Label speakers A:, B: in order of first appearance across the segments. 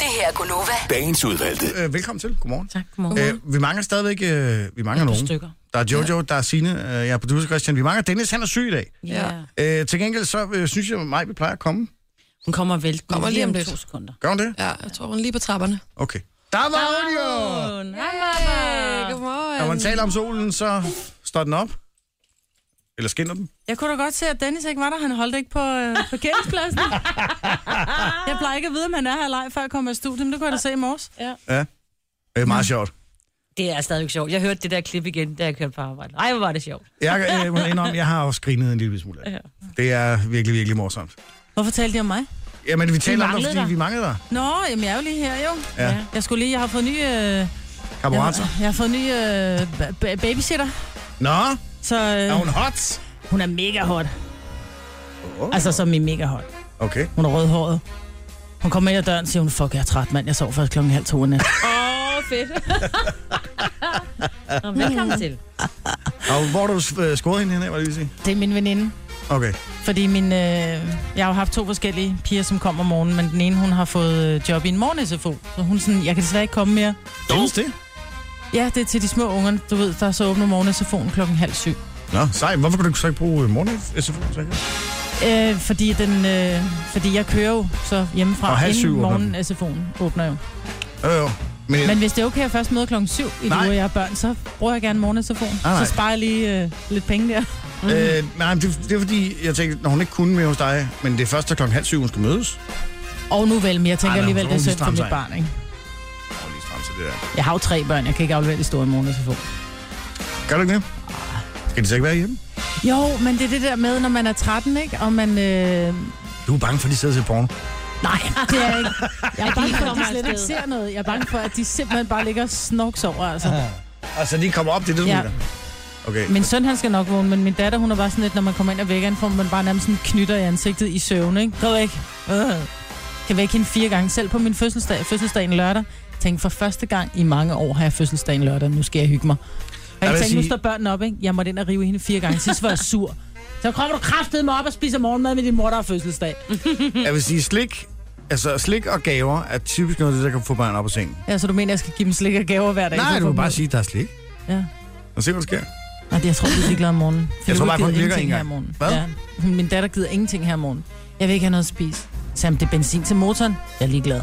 A: her er Gunova.
B: Dagens udvalgte.
C: Øh, velkommen til. Godmorgen.
D: Tak, godmorgen.
C: Øh, vi mangler stadigvæk, øh, vi mangler
D: Et par
C: nogen.
D: stykker.
C: Der er Jojo, der er Signe, øh, jeg er producer Christian. Vi mangler Dennis, han er syg i dag.
D: Ja.
C: Øh, til gengæld så øh, synes jeg, at mig vi plejer at komme.
D: Hun kommer vel
E: Kommer lige
D: lige
E: om
D: om
E: lidt.
D: to sekunder.
C: Gør hun det?
E: Ja, jeg tror, hun er lige på trapperne.
C: Okay. Der var hun jo!
D: Hej,
E: Hey, godmorgen.
C: Når man taler om solen, så står den op. Eller skinner den.
F: Jeg kunne da godt se, at Dennis ikke var der. Han holdt ikke på øh, parkeringspladsen. jeg plejer ikke at vide, om han er her eller ej, før jeg kommer i studiet, men det kunne jeg da se i morges.
C: Ja. Det er meget sjovt.
D: Det er stadigvæk sjovt. Jeg hørte det der klip igen, da jeg kørte på arbejde. Ej, hvor var det sjovt.
C: Jeg, øh, jeg, må indrømme, jeg har også grinet en lille smule af det. Det er virkelig, virkelig morsomt.
F: Hvorfor talte de om mig?
C: Jamen, vi taler om det,
D: manglede
C: fordi
D: dig.
C: vi mangler dig.
F: Nå, jamen jeg er jo lige her, jo.
C: Ja.
F: Jeg skulle lige, jeg har fået ny, øh, jeg,
C: Kammerater.
F: jeg har fået ny øh, ba- ba- babysitter.
C: Nå,
F: Så øh,
C: er hun hot?
F: hun er mega hot.
C: Oh.
F: Altså, som i mega hot.
C: Okay.
F: Hun er rødhåret. Hun kommer ind ad døren og siger, hun, fuck, jeg er træt, mand. Jeg sov først klokken halv to i nat.
D: Åh, oh, fedt. Nå, velkommen til.
C: Og hvor har du øh, scoret hende hen, hvad vil jeg lige sige?
F: Det er min veninde.
C: Okay.
F: Fordi min, øh, jeg har jo haft to forskellige piger, som kom om morgenen, men den ene, hun har fået øh, job i en morgen-SFO. Så hun er sådan, jeg kan desværre ikke komme mere.
C: Findes det?
F: Ja, det er til de små unger, du ved, der så åbner morgen-SFO'en klokken halv syv.
C: Nå, sej. Hvorfor kunne du så ikke bruge øh, morgen SFO? så ikke?
F: Øh, fordi, den, øh, fordi jeg kører jo så
C: Og
F: hjemmefra,
C: halv syv
F: inden
C: åbner den.
F: morgen-SFO'en åbner jo.
C: Jo, jo. Men,
F: Men hvis det er okay, at jeg først møder klokken syv i det
C: Nej.
F: uge, jeg har børn, så bruger jeg gerne morgen-SFO'en.
C: Nej, nej.
F: Så sparer jeg lige øh, lidt penge der.
C: øh, nej, men det, det er fordi, jeg tænkte, når hun ikke kunne med hos dig, men det er først, da klokken halv syv, hun skal mødes.
F: Og nu vel, men jeg tænker
C: Ej, nej,
F: alligevel,
C: så
F: det er
C: må hun stramme
F: synd for mit
C: sig.
F: barn, ikke?
C: Åh, lige stram til det der.
F: Jeg har jo tre børn, jeg kan ikke aflevere det store i morgen-SFO'en.
C: Gør du ikke det? Skal de så ikke være hjemme?
F: Jo, men det er det der med, når man er 13, ikke? Og man... Øh...
C: Du er bange for, at de sidder til porno.
F: Nej, det er jeg ikke. Jeg er bange for, at
D: kommer
F: de slet ikke
D: afsted.
F: ser noget. Jeg er bange for, at de simpelthen bare ligger og snorks over, altså.
C: Altså, de kommer op, det er det, du
F: Ja.
C: mener. Okay.
F: Min søn, han skal nok vågne, men min datter, hun er bare sådan lidt, når man kommer ind og vækker hende, får man bare nærmest sådan knytter i ansigtet i søvn, ikke? Gå væk. Øh. Kan vække hende fire gange. Selv på min fødselsdag, fødselsdagen lørdag, tænk for første gang i mange år har jeg fødselsdagen lørdag, nu skal jeg hygge mig. Og
C: Jeg
F: jeg
C: vil
F: tænkte, nu
C: sige-
F: står børnene op, ikke? Jeg måtte ind og rive hende fire gange. Sidst var jeg sur. Så kommer du kraftedeme mig op og spiser morgenmad med din mor, der har fødselsdag.
C: Jeg vil sige, slik, altså, slik og gaver er typisk noget af det, der kan få børn op af sengen.
F: Ja, så du mener, jeg skal give dem slik og gaver hver dag?
C: Nej,
F: Så
C: du
F: får
C: må bare
F: dem-
C: sige, at der er slik.
F: Ja.
C: Og se, hvad der sker.
F: Nej, det jeg tror, du er ligeglad om morgenen. Philippa
C: tror bare,
F: gider
C: hun virker
F: ingenting
C: ikke
F: her om
C: engang.
F: morgenen.
C: Hvad?
F: Ja. Hun- Min datter gider ingenting her om morgenen. Jeg vil ikke have noget at spise. Sam, det er benzin til motoren. Jeg er ligeglad.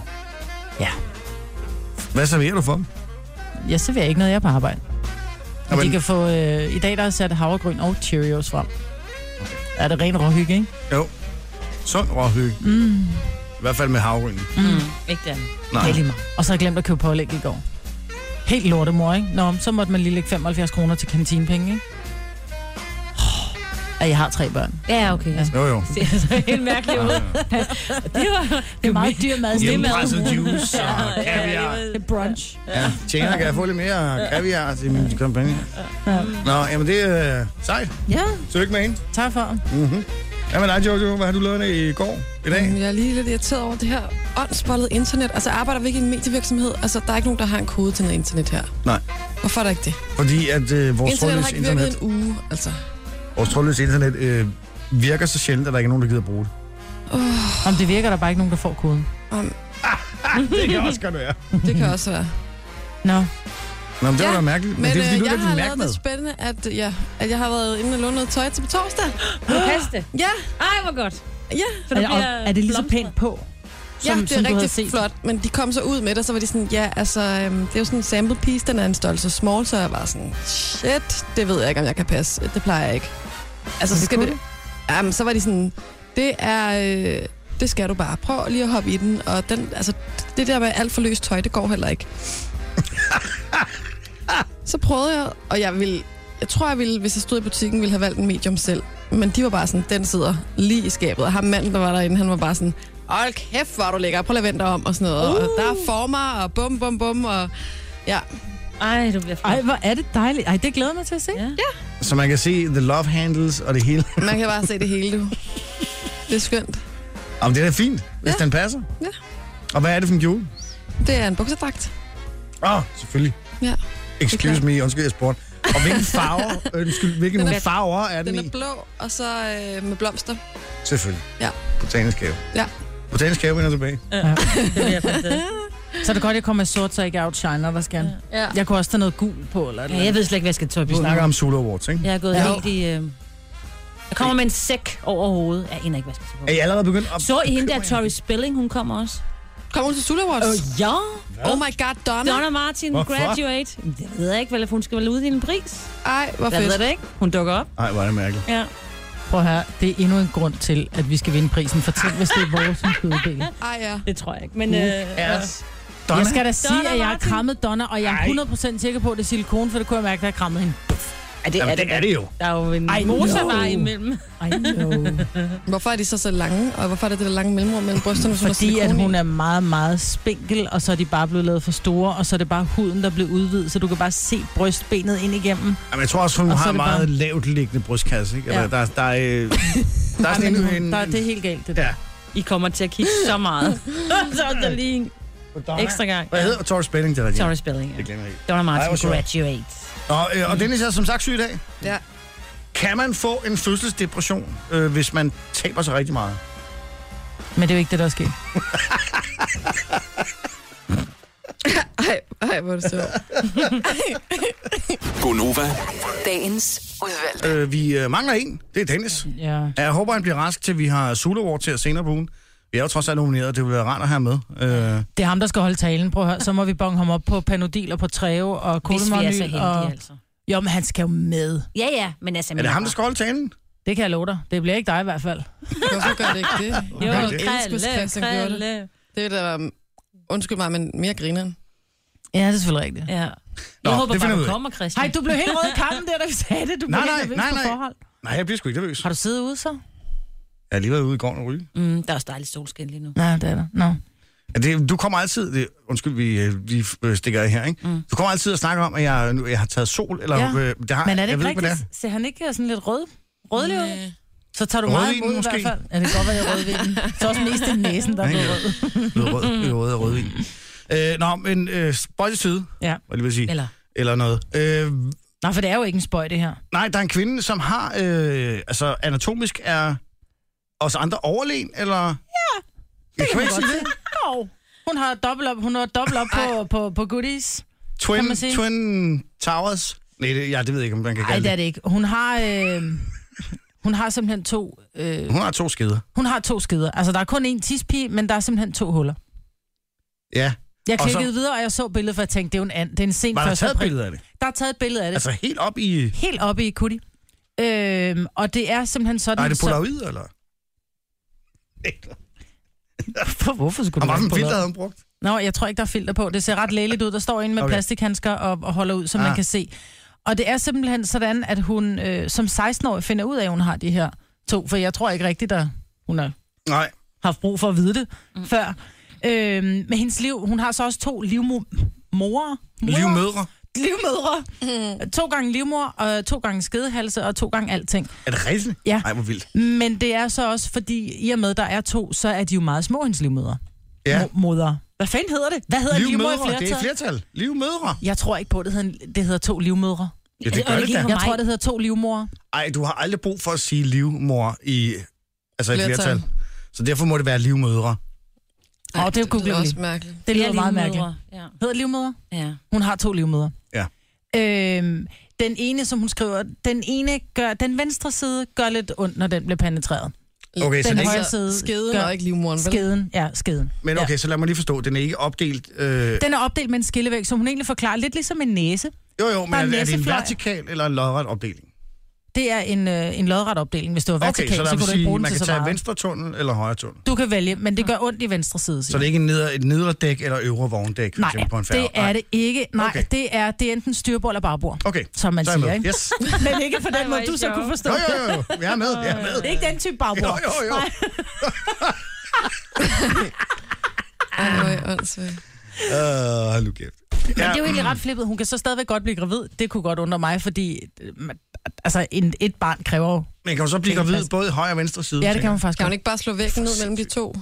C: Hvad serverer du for dem?
F: Jeg serverer ikke noget, jeg er på arbejde. Og
C: Jamen.
F: de kan få... Øh, I dag der er sat havregryn og Cheerios frem. Er det ren råhygge, ikke?
C: Sund råhygge.
F: Mm.
C: I hvert fald med havrynen.
D: Mm. Ikke den.
C: Nej.
D: Det er lige meget.
F: Og så har jeg glemt at købe pålæg i går. Helt lortemor, ikke? Nå, så måtte man lige lægge 75 kroner til kantinepenge, ikke? Oh, at jeg har tre børn.
D: Ja, okay. Ja.
C: Jo, jo.
D: Det er så helt mærkeligt ud. det var... Det
F: Det
D: er
F: er
D: meget
F: meget dyr mad. det
E: Altså,
F: er mad.
C: Hjemmepresset juice og kaviar.
F: Det er brunch.
C: Ja, tjener, kan jeg få lidt mere kaviar til min kampagne?
F: Ja.
C: Nå, jamen det er øh, sejt.
F: Ja,
C: Tillykke med hende.
F: tak for.
C: Mm-hmm. Jamen nej, Jojo, hvad har du lavet i går? I dag?
E: Jeg er lige lidt irriteret over det her åndsbollede internet. Altså, arbejder vi ikke i en medievirksomhed? Altså, der er ikke nogen, der har en kode til noget internet her.
C: Nej.
E: Hvorfor er der ikke det?
C: Fordi at øh, vores
E: Internet har
C: trådløse
E: ikke virket
C: internet,
E: en uge, altså.
C: vores trådløse internet øh, virker så sjældent, at der ikke er nogen, der gider bruge det.
F: Om det virker, der er bare ikke nogen, der får koden.
C: Det kan også godt være.
E: Det kan også være.
F: Nå,
C: Nå, men det
E: Ja,
C: var da mærkeligt. Men,
E: Men,
C: men det er fordi,
E: øh,
C: du
E: jeg
C: ikke
E: har
C: kan
E: lavet
C: mærke med.
E: det spændende, at, øh, ja, at jeg har været inde og låne noget tøj til på torsdag.
D: Kan du kaste det?
E: Ja,
D: Ej, hvor godt.
E: ja,
D: For
F: er,
D: der
F: det- og,
D: bliver
F: er det lige så
D: blomstret.
F: pænt på?
E: ja,
F: som
E: det er
F: du havde
E: rigtig
F: set?
E: flot. Men de kom så ud med det, og så var de sådan, ja, altså, øhm, det er jo sådan en sample piece, den er en størrelse small, så jeg var sådan, shit, det ved jeg ikke, om jeg kan passe. Det plejer jeg ikke. Altså, så skal det... Jamen, så var de sådan, det er... Øh, det skal du bare. Prøv lige at hoppe i den. Og den, altså, det der med alt for løst tøj, det går heller ikke. så prøvede jeg, og jeg ville... Jeg tror, jeg ville, hvis jeg stod i butikken, ville have valgt en medium selv. Men de var bare sådan, den sidder lige i skabet. Og ham manden, der var derinde, han var bare sådan, hold kæft, hvor er du lækker. Prøv lige at vente dig om og sådan noget. Uh. Og der er former og bum, bum, bum. Og ja,
D: Ej, du bliver flot.
F: Ej, hvor er det dejligt. Ej, det glæder jeg mig til at se.
D: Ja.
C: Så man kan se the love handles og det hele.
E: man kan bare se det hele, du. Det er skønt.
C: Om det er da fint, hvis
E: Ja.
C: den passer.
E: Ja.
C: Og hvad er det for en kjole?
E: Det er en buksedragt.
C: Åh, oh, selvfølgelig.
E: Ja.
C: Excuse
E: klart.
C: me, undskyld, jeg spurgte. Og hvilken farve, undskyld, hvilken
E: Den er-
C: farver er den,
E: Den
C: i?
E: er blå, og så øh, med blomster.
C: Selvfølgelig.
E: Ja.
C: Botanisk have.
E: Ja.
C: Botanisk have vender tilbage.
D: Det bliver fantastisk.
F: Så er det godt, jeg kommer i sort, så jeg ikke outshiner dig, skal.
E: Ja.
F: Jeg kunne også tage noget gul på, eller et eller
D: Ja, jeg
F: andet.
D: ved slet ikke, hvad jeg skal tage på.
C: Vi snakker om Solo Awards, ikke?
D: Jeg er gået
F: Ja.
D: helt i... Øh... Jeg kommer med en sæk over hovedet. Jeg aner ikke, hvad jeg skal tage på.
C: Er I allerede begyndt at...
D: Så I hende der,
C: bekymre jer?
D: Tori Spelling, hun kommer også.
E: Kommer hun til Sula Awards?
D: Øh, ja.
E: oh my god, Donna.
D: Donna Martin,
C: Hvorfor?
D: graduate. Jeg ved jeg ikke, hvad hun skal vel ud i en pris.
E: Ej, hvor
D: Jeg ved
E: fedt.
D: det ikke. Hun dukker op.
C: Ej, hvor er det mærkeligt.
D: Ja.
F: Prøv her, det er endnu en grund til, at vi skal vinde prisen. For tænk, hvis det er vores, som skal uddele.
E: Ej, ja.
D: Det tror jeg ikke. Men øh, ja.
C: Donna?
F: Jeg skal da sige,
D: Donna
F: at jeg har
D: Martin.
F: krammet Donna, og jeg
C: Ej.
F: er 100% sikker på, at det er silikon, for det kunne jeg mærke, da jeg krammede hende.
D: Ej, det,
C: Jamen,
D: er det,
C: det er det jo.
D: Der er jo en
F: Ej,
D: motorvej
F: no.
D: imellem.
F: Ej, no.
E: Hvorfor er de så så lange, og hvorfor er det det der lange mellemrum mellem brysterne? som der
F: Fordi at
E: silikon i?
F: hun er meget, meget spinkel, og så er de bare blevet lavet for store, og så er det bare huden, der bliver udvidet, så du kan bare se brystbenet ind igennem.
C: Jamen, jeg tror også, hun
F: Og så
C: har
F: er
C: en
F: det
C: meget lavt liggende brystkasse, ikke? Eller,
F: Ja.
C: der, der, er, øh, der er sådan
F: Ej, men
C: en...
F: hun-
C: en-
F: der, det er helt galt, det der.
C: Ja.
D: I kommer til at kigge så meget. så er der lige en
C: Donna.
D: ekstra gang.
C: Hvad hedder Tori Spelling, det er rigtigt?
D: Tori Spelling,
C: Det
D: ja.
C: glemmer jeg ikke.
D: Donna
C: Ej, hvor
D: Martin,
C: sjovt.
D: graduate.
C: Nå, øh, og Dennis er som sagt syg i dag.
E: Ja.
C: Kan man få en fødselsdepression, øh, hvis man taber sig rigtig meget?
F: Men det er jo ikke det, der er sket.
E: Ej, ej, hvor er det sjovt.
A: Gonova,
B: Dagens udvalgte.
C: Øh, vi øh, mangler en. Det er Dennis.
F: Ja.
C: Jeg håber, han bliver rask, til vi har Sula Award til at senere på ugen. Vi er jo trods alt nomineret, det vil være rart at have med. Øh,
F: Det er ham, der skal holde talen. Prøv at høre, så må vi bonge ham op på Panodil og på Treo og
D: Hvis vi er så
F: Kolomonyl.
D: heldige,
F: Og...
D: altså.
F: Jo, men han skal jo med.
D: Ja, ja, men altså...
C: er det ham, der skal holde talen?
F: Det kan jeg love dig. Det bliver ikke dig i hvert fald.
E: Hvorfor gør det ikke det?
D: Jo,
C: Gør
E: Jeg
C: det ikke?
E: elsker,
D: krælle,
E: Christian gjorde det.
D: krælle.
E: Det der var, undskyld mig, men mere grineren.
F: Ja, det er selvfølgelig rigtigt. Ja.
D: Ja. Jeg
C: Nå,
D: håber
C: det finder
D: bare,
C: vi ud
D: du
C: af.
D: kommer, Christian.
F: Hej, du blev helt rød i kampen der, da vi sagde det. Du blev
C: Nej,
F: helt
C: nej,
F: nervøs
C: nej,
F: på
C: nej.
F: forhånd.
C: Nej, jeg bliver sgu ikke nervøs.
F: Har du siddet ude så?
C: Jeg er lige været ude i går og ryge.
D: Mm, der er også dejlig solskin lige nu.
F: Nej, det er der. Nå.
C: Ja, det, du kommer altid... Det, undskyld, vi, øh, vi øh, stikker af her, ikke? Mm. Du kommer altid og snakker om, at jeg, nu, jeg har taget sol, eller...
F: Ja.
C: Ja. Øh, det har,
F: Men er
C: jeg
F: det ikke
C: ved ikke, hvad det er.
F: rigtigt? Ser han ikke øh, sådan lidt rød? Rødlig ud? Øh. Så tager du meget
C: Rødvinen
F: imod i
C: måske?
F: hvert fald. Ja, det kan godt være, jeg er rødvinen. Så også mest i næsen, der er
C: Ja,
F: blevet
C: ja.
F: rød.
C: Noget rød, noget rød og rødvin. Øh, nå, men øh, spøj til side,
F: Mm. Ja.
C: var det vil sige.
D: Eller?
C: Eller noget. Øh,
F: Nå, for det er jo ikke en spøj, det her.
C: nej, der er en kvinde, som har... Øh, altså, anatomisk er os andre overlegen, eller... Ja, jeg kan, ikke sige det.
F: Jo. Hun har dobbelt op, hun har dobbelt op på, på, på goodies. Kan
C: Twin,
F: man sige?
C: twin Towers? Nej, det, ja, det ved jeg ikke, om man kan
F: Nej,
C: kalde
F: det er
C: det.
F: det ikke. Hun har, øh, hun har simpelthen to... Øh,
C: Hun har to skeder.
F: hun har to skeder. Altså, der er kun én tispige, men der er simpelthen to huller.
C: Ja.
F: Jeg
C: Og så-
F: klikkede så... videre, og jeg så billedet, for jeg tænkte, det er jo en and. Det er en sen
C: Var der
F: første
C: taget
F: april.
C: billeder af det?
F: Der er taget et billede af det. Altså...
C: Altså helt op i...
F: Helt oppe i kutti. Øhm, og det er simpelthen sådan...
C: Nej, det er
F: så-
C: polaroid, eller? Eller-
F: Hvorfor skulle
C: Og hvad for
F: du
C: en
F: have
C: filter
F: polaroid?
C: havde hun brugt?
F: Nå, jeg tror ikke, der er filter på. Det ser ret lægeligt ud. Der står en med
C: Okay.
F: okay. plastikhandsker og, og holder ud, som
C: Ah.
F: ah. man kan se. Og det er simpelthen sådan, at hun øh, som 16-årig finder ud af, at hun har de her to. For jeg tror ikke rigtigt, at hun har
C: Nej.
F: haft brug for at vide det mm. før. Øh, men hendes liv, hun har så også to livmorer.
C: Livmødre.
F: Livmødre. Mm. To gange livmor, og to gange skedehalse, og to gange alting.
C: Er det rigtigt?
F: Ja.
C: Nej, hvor vildt.
F: Men det er så også, fordi i og med, der er to, så er de jo meget små, hendes livmødre.
C: Ja.
F: Mo- Moder. Hvad fanden hedder det? Hvad hedder livmor i
C: Livmødre, det er
F: flertal?
C: i flertal. Livmødre.
F: Jeg tror ikke på, at det hedder, det hedder to livmødre.
C: Ja, det
D: Og
C: gør
D: det
C: det
D: gik
C: da.
D: For
F: Jeg
D: mig.
F: tror, det hedder to livmor.
C: Ej, du har aldrig brug for at sige livmor i... Altså i
E: Flertal.
C: flertal. Så derfor må det være livmødre.
F: Åh, det er jo
E: det lyder
F: Google
E: også mærkeligt.
F: Det
D: Vi
F: lyder
D: er
F: meget mærkeligt.
D: livmødre. Ja.
F: Hedder livmødre?
D: ja.
F: Hun har to livmødre.
C: Ja.
F: Øhm, den ene, som hun skriver, den ene gør, den venstre side gør lidt ondt, når den bliver penetreret.
C: Okay, så
F: Den
C: det
F: højre
C: ikke,
F: side
E: Skeden
F: gør
E: og ikke livmoren, vel?
F: skeden. Ja, skeden.
C: men okay, så lad mig lige forstå. Den er ikke opdelt... Øh,
F: Ja. Den er opdelt med en skillevæg, som hun egentlig forklarer lidt ligesom en næse.
C: jo, jo, men
F: er
C: er,
F: en
C: er det en
F: næsefløj.
C: vertikal eller en lodret opdeling?
F: Det er en, øh, en lodret opdeling. Hvis du var vertikal,
C: Okay, så lad
F: så,
C: mig
F: kan du ikke
C: sige,
F: bruge den
C: man
F: til
C: kan
F: så
C: tage
F: meget.
C: venstre tunnel eller højre tunnel.
F: Du kan vælge, men det gør ondt i venstre side.
C: Så det er ikke en neder, et nedre dæk eller øvre vogndæk, for
F: Nej,
C: eksempel på en færge?
F: det er det ikke. Nej,
C: Okay.
F: okay. det, er, det er enten styrbord eller bagbord,
C: Okay,
F: som man
C: så er jeg
F: siger.
C: med.
F: Ikke?
C: Yes.
F: Men ikke på
D: Ej,
F: den
D: hvor er
F: måde,
D: I
F: du så
D: sjove.
F: kunne forstå.
C: Jo, jo, jo, jo. Jeg er med, jeg er med.
F: Det er ikke den type
C: Jo,
F: bagbord.
C: jo, jo.
F: Nej.
E: Ej, hvor er
F: Ah.
E: I åndssvage.
C: Øh, hold nu kæft.
F: Men det er jo egentlig ret flippet. Hun kan så stadigvæk godt blive gravid. Det kunne godt undre mig, fordi øh, man- altså, en, et barn kræver jo...
C: Men kan hun så blive
F: Tænker
C: gravid
F: fast.
C: både i højre og venstre side?
F: Ja, det kan
C: tænker
F: man faktisk
E: Kan hun
F: godt.
E: ikke bare slå væggen ned mellem de to?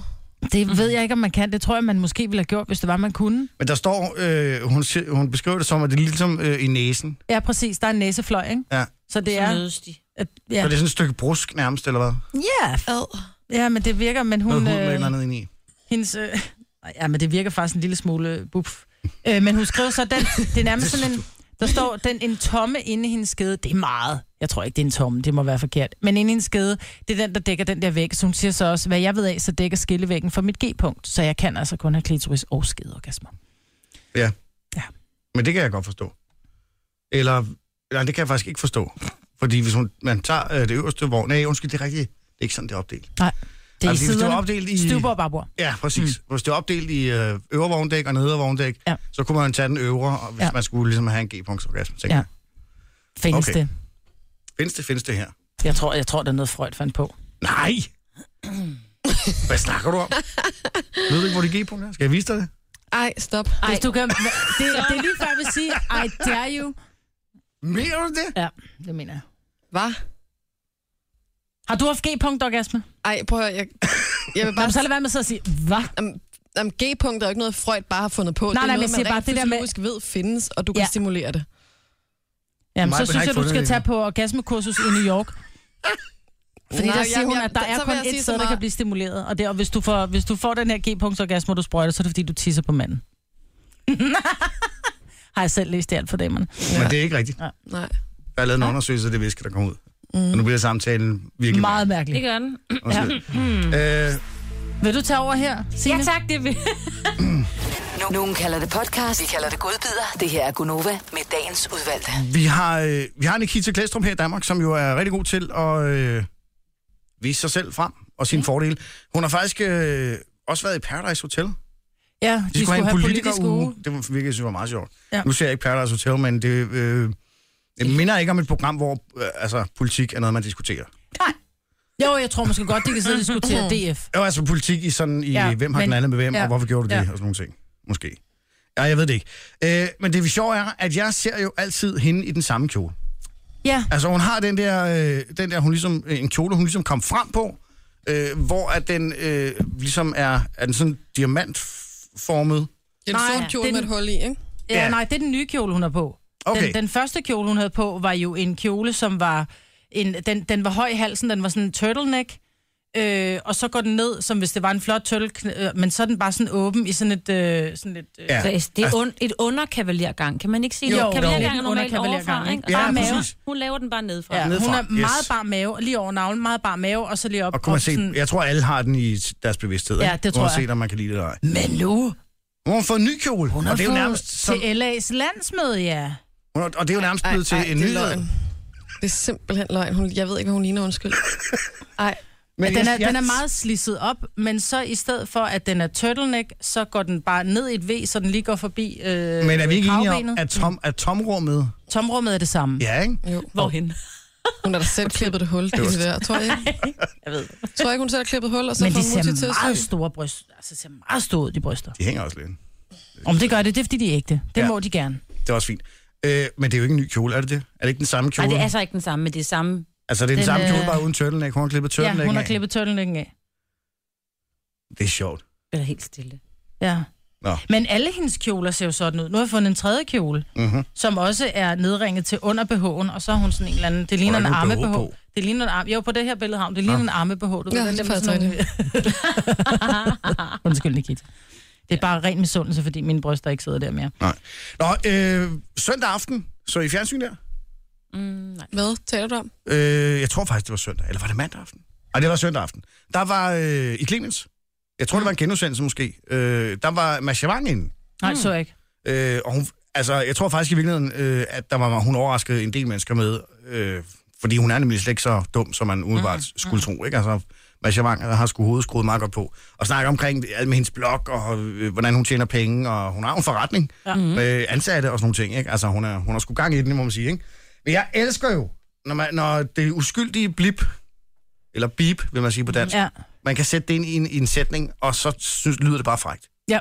F: Det ved jeg ikke, om man kan. Det tror jeg, man måske ville have gjort, hvis det var, man kunne.
C: jeg. Men der står, øh, hun, siger- hun beskriver det som, at det er ligesom øh, i næsen.
F: Ja, præcis. Der er en næsefløj, ikke?
C: Ja.
F: Så det
D: Så
F: er...
D: mødes de.
F: At,
C: Så
F: ja.
C: det er sådan et stykke brusk nærmest, eller hvad?
F: Ja.
E: Ad.
F: ja, men det virker, men
C: Noget
F: hun...
C: hud med et eller
F: Øh,
C: andet inde i.
F: hendes, øh, Ej, Ja, men det virker faktisk en lille smule buf. Øh, men hun skrev så den, det er nærmest sådan en, der står den, en tomme inde i hendes skede. Det er meget. Jeg tror ikke, det er en tomme, det må være forkert. Men inde i hendes skede, det er den, der dækker den der væg. Så hun siger så også, hvad jeg ved af, så dækker skillevæggen for mit G-punkt. Så jeg kan altså kun have klitoris og skedeorgasmer.
C: Ja.
F: Ja.
C: Men det kan jeg godt forstå. Eller, nej, det kan jeg faktisk ikke forstå. Fordi hvis hun, man tager øh, det øverste, hvor... Nej, undskyld, det er rigtigt. Det er ikke sådan, det er opdelt.
F: Nej, det
C: Altså,
F: er altså, i
C: hvis det var
F: siderne.
C: opdelt i...
F: Stuber og babord.
C: Ja, præcis. Mm. Hvis det var opdelt i øh, øvre vogndæk og nedre vogndæk,
F: Ja.
C: ja. så kunne man tage den øvre, og hvis
F: Ja.
C: ja. man skulle ligesom have en G-punktsorgasme. tænker
F: Ja.
C: jeg.
F: Findes okay.
C: Okay.
F: det?
C: Findes det, findes det her?
F: Jeg tror, jeg tror, der er noget Freud fandt på.
C: Nej! Hvad snakker du om? Ved du ikke, hvor det G-punkt er? Skal jeg vise dig det?
E: Ej, stop.
F: Ej. Hvis du kan, det, det er lige før, jeg vil sige, I dare you.
C: Mener du det?
F: Ja, det mener jeg.
E: Hvad?
F: Har du haft G-punkt-orgasme?
E: Ej, prøv at høre, jeg, jeg vil
F: Bare
E: bare...
F: så lad være med så at sige, hvad?
E: Jamen, jamen, G-punkt er jo ikke noget, Freud bare har fundet
F: nej,
E: på. det er
F: men
E: noget,
F: jeg siger
E: man
F: bare,
E: rent
F: det der med-
E: fysiologisk ved findes, og du kan
F: Ja.
E: stimulere det.
F: Jamen,
C: Mig
F: så
C: vil
F: synes
C: have
F: jeg,
C: ikke
F: du skal
C: fundet
F: tage på orgasmekursus i New York. Fordi
E: Nå,
F: der siger
E: jamen,
F: hun,
E: jamen,
F: at der
E: så
F: er
E: vil
F: kun
E: jeg sige
F: et
E: så
F: sted, der
E: meget.
F: kan blive stimuleret. Og, det, og hvis, du får, hvis du får den her G-punktsorgasme, og du sprøjter, så er det fordi, du tisser på manden. Har jeg selv læst det alt for damerne.
C: Ja. Men det er ikke rigtigt.
E: Nej.
C: Der er lavet en undersøgelse af det væske, der kom ud. Mm. Og nu bliver samtalen virkelig...
F: Meget
D: Det
F: mærkeligt.
D: gør den.
C: Undskyld. Øh,
F: Vil du tage over her, Signe?
D: Ja tak, det vil
B: Nu- Nogen kalder det podcast, vi kalder det godbider. Det her er Gunova med dagens udvalgte.
C: vi, har, øh, vi har Nikita Klæstrup her i Danmark, som jo er rigtig god til at øh, vise sig selv frem og sine fordele. Hun har faktisk øh, også været i Paradise Hotel. De,
F: Ja, de,
C: skulle, have en
F: politisk uge.
C: politikeruge. Det var virkelig, jeg synes, var meget sjovt.
F: Ja.
C: Ja. Nu ser jeg ikke Paradise Hotel, men det, øh, det minder ikke om et program, hvor øh, altså, politik er noget, man diskuterer.
F: Jo, jeg tror måske godt, de kan sidde og diskutere DF.
C: Jo, altså politik i sådan, i
F: Ja,
C: ja, hvem har
F: men-
C: men, knaldet med hvem,
F: ja,
C: ja, og hvorfor gjorde du det,
F: ja.
C: og sådan nogle ting. Måske. Ja, jeg ved det ikke. Øh, men det sjove er, at jeg ser jo altid hende i den samme kjole.
F: Ja,
C: Altså, hun har den der, øh, den der hun ligesom, øh, en kjole, hun ligesom kom frem på, øh, hvor at den øh, ligesom er, er den sådan diamantformet.
E: En
F: Nej,
E: sort kjole
F: den-
E: med et hul i, ikke?
F: Ja, ja,
C: Ja.
F: nej, det er den nye kjole, hun har på.
C: Okay.
F: Den, den første kjole, hun havde på, var jo en kjole, som var... En, den, den var høj i halsen, den var sådan en turtleneck, øh, og så går den ned, som hvis det var en flot turtle, øh, men så er den bare sådan åben i sådan et... Øh, sådan et øh,
C: Ja. Altså,
D: Præcis. Det er un, et underkavalergang, kan man ikke sige?
F: Jo,
D: Jo,
F: jo.
D: kavalergang
F: Lidt
D: er normalt
F: underkavalergang,
D: overfra,
F: ikke?
D: ikke?
C: Ja,
D: Bare mave.
C: præcis.
D: Hun laver den bare nedfra.
F: ja. Hun er
C: Nedefra, yes.
F: meget bar mave, lige over navlen, meget bar mave, og så lige op.
C: Og kunne man
F: op sådan-
C: se, jeg tror, alle har den i deres bevidsthed.
F: Ja,
C: ikke?
F: det tror
C: Uanset,
F: jeg.
C: om man kan lide det eller ej.
F: Men nu,
C: Hun har fået en ny kjole,
F: hun
C: og
F: har
C: det er jo
F: fået
C: nærmest, som,
F: til LA's landsmøde, ja.
C: hun har- og det er jo nærmest blevet til en
E: det
C: ny
E: er løgn. Det er simpelthen løgn. Hun, jeg ved ikke, hvad hun ligner, undskyld. Ej,
C: Men
F: den, er,
C: jeg- jeg-
F: den er meget slisset op, men så i stedet for, at den er turtleneck, så går den bare ned i et V, så den lige går forbi øh,
C: Men er vi ikke enige om,
F: kravbenet.
C: at, tom, at tomrummet...
F: Tomrummet er det samme.
C: Ja, ikke?
E: jo.
D: Hvorhen?
E: Hun har da selv klippet det hul. Det er det der, tror jeg ikke.
F: Jeg ved.
E: Tror jeg ikke, hun selv har klippet hul, og så
F: Men
E: får
F: de
E: hun multi til
F: ser
E: at
F: meget
E: sy.
F: store bryst. Altså, de ser meget store ud, de bryster.
C: De hænger også lidt.
F: Om det gør det, det er fordi, de er ægte. Det ja.
C: Ja.
F: må de gerne.
C: Det er også fint. Øh, men det er jo ikke en ny kjole, er det det? Er det ikke den samme
D: Nej,
C: kjole?
D: det er så ikke den samme, men det er samme.
C: Altså, det er den,
F: den,
C: den samme
F: øh,
C: kjole, bare uden turtleneck. Hun har klippet turtleneck
F: ja, hun har
C: af.
F: klippet turtlenecken af.
C: Det er sjovt.
D: Eller helt stille.
F: Ja.
C: Nå.
F: Men alle hendes kjoler ser jo sådan ud. Nu har jeg fundet en tredje kjole,
C: Mm-hmm.
F: som også er nedringet til under BH'en, og så har hun sådan en eller anden... Det ligner
C: Hun
F: en
C: har
F: arme
C: ikke nogen BH
F: BH. Det ligner en arme... Jo, på det her billede har hun. Det ligner
C: Nå.
F: ja. en arme BH. Du ved,
E: Ja,
F: den
E: det
F: der med
E: får jeg
F: sådan nogle- Undskyld, Nikita. Det er bare ren misundelse, fordi mine bryster ikke sidder der mere.
C: Nej. Nå, øh, søndag aften, så i fjernsyn der?
D: Mm, nej.
E: Hvad taler du om?
C: Øh, jeg tror faktisk, det var søndag. Eller var det mandag aften? Nej, det var søndag aften. Der var øh, i Clemens. Jeg tror, det
F: Mm.
C: var en genudsendelse måske. Øh, der var Mads Javang inde.
F: Nej, så jeg ikke.
C: Øh, og hun, altså, jeg tror faktisk i virkeligheden, øh, at der var, hun overraskede en del mennesker med, øh, fordi hun er nemlig slet ikke så dum, som man umiddelbart mm, skulle tro. Ikke? Altså, Masha Wang har sgu hovedet skruet meget godt på. Og snakker omkring alt med hendes blog, og øh, hvordan hun tjener penge, og hun har jo en forretning ja. med ansatte og sådan nogle ting. Ikke? Altså, hun, er, hun har sgu gang i den, må man sige. Ikke? Men jeg elsker jo, når, man, når det uskyldige blip, eller beep, vil man sige på dansk,
F: Ja.
C: man kan sætte det ind i en, i en sætning, og så synes, lyder det bare frægt.
F: Ja.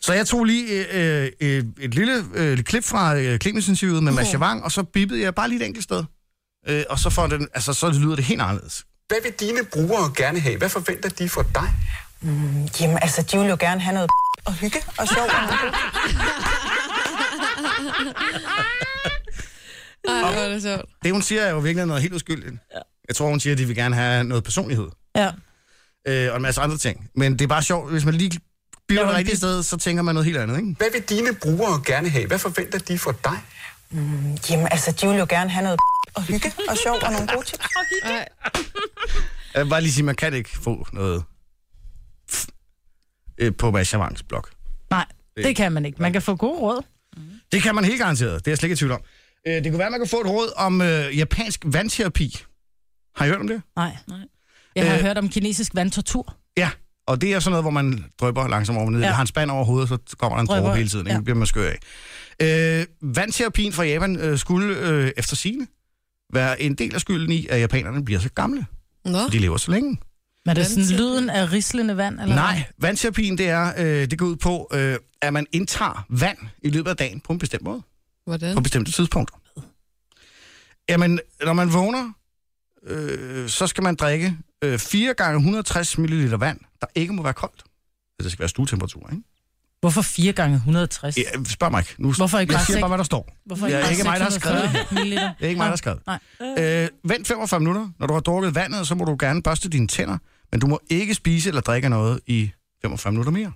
C: Så jeg tog lige øh, øh, et lille øh, et klip fra øh, Clemens-interviewet med Masha Wang, og så bippede jeg bare lige et enkelt sted. Øh, og så, får den, altså, så lyder det helt anderledes.
A: Hvad vil dine brugere gerne have? Hvad forventer de fra dig?
G: Jamen, altså, de vil jo gerne have noget og hygge og sjov.
E: Ej, hvor er det sjovt.
C: Det, hun siger, er jo virkelig noget helt uskyldigt. Ja. Jeg tror, hun siger, at de vil gerne have noget personlighed
F: Ja.
C: øh, og en masse andre ting. Men det er bare sjovt, hvis man lige bliver
F: Nå,
C: det
F: men
C: rigtige
F: det-
C: sted, så tænker man noget helt andet, ikke?
A: Hvad vil dine brugere gerne have? Hvad forventer de fra dig?
G: Jamen altså, de vil jo gerne have noget og hygge og sjov og nogle gode tips.
E: Ej,
C: Jeg vil bare lige sige, man kan ikke få noget pff, øh, på Vachavangs blog.
F: Nej, det kan man ikke. Man kan få gode råd.
C: Det kan man helt garanteret. Det er jeg slet ikke i tvivl om. Øh, det kunne være, man kunne få et råd om øh, japansk vandterapi. Har I hørt om det?
F: Nej. Jeg har
C: Øh.
F: hørt om kinesisk vandtortur.
C: Ja. Og det er sådan noget, hvor man drøber langsomt over ned. Ja.
F: Ja.
C: har en spand over hovedet, så kommer der en
F: Drypper.
C: dråbe hele tiden. Ja.
F: Ja.
C: Det bliver man skør af. Øh, vandterapien fra Japan øh, skulle øh, efter sigende være en del af skylden i, at japanerne bliver så gamle.
E: Nå,
C: De lever så længe.
F: Men er det sådan
E: Vandterapi?
F: lyden af rislende vand? Eller
C: Nej, vandterapien det er, øh, det går ud på, øh, at man indtager vand i løbet af dagen på en bestemt måde.
E: hvordan?
C: på bestemte tidspunkter. Jamen, når man vågner, øh, så skal man drikke øh, 4 gange 160 ml vand, der ikke må være koldt. Altså, det skal være stuetemperatur, ikke?
F: hvad? Hvorfor 4 gange 160?
C: Ja, spørg mig ikke. Nu,
F: Hvorfor ikke
C: jeg
F: bare
C: siger
F: seks-
C: bare, hvad der står.
F: Hvorfor
C: Ja,
F: bare
C: ikke mig, der har skrevet
F: 640 milliliter?
C: Det er ikke mig, der har skrevet.
F: Nej.
C: Øh, vent 45 minutter. Når du har drukket vandet, så må du gerne børste dine tænder, men du må ikke spise eller drikke noget i 45 minutter mere.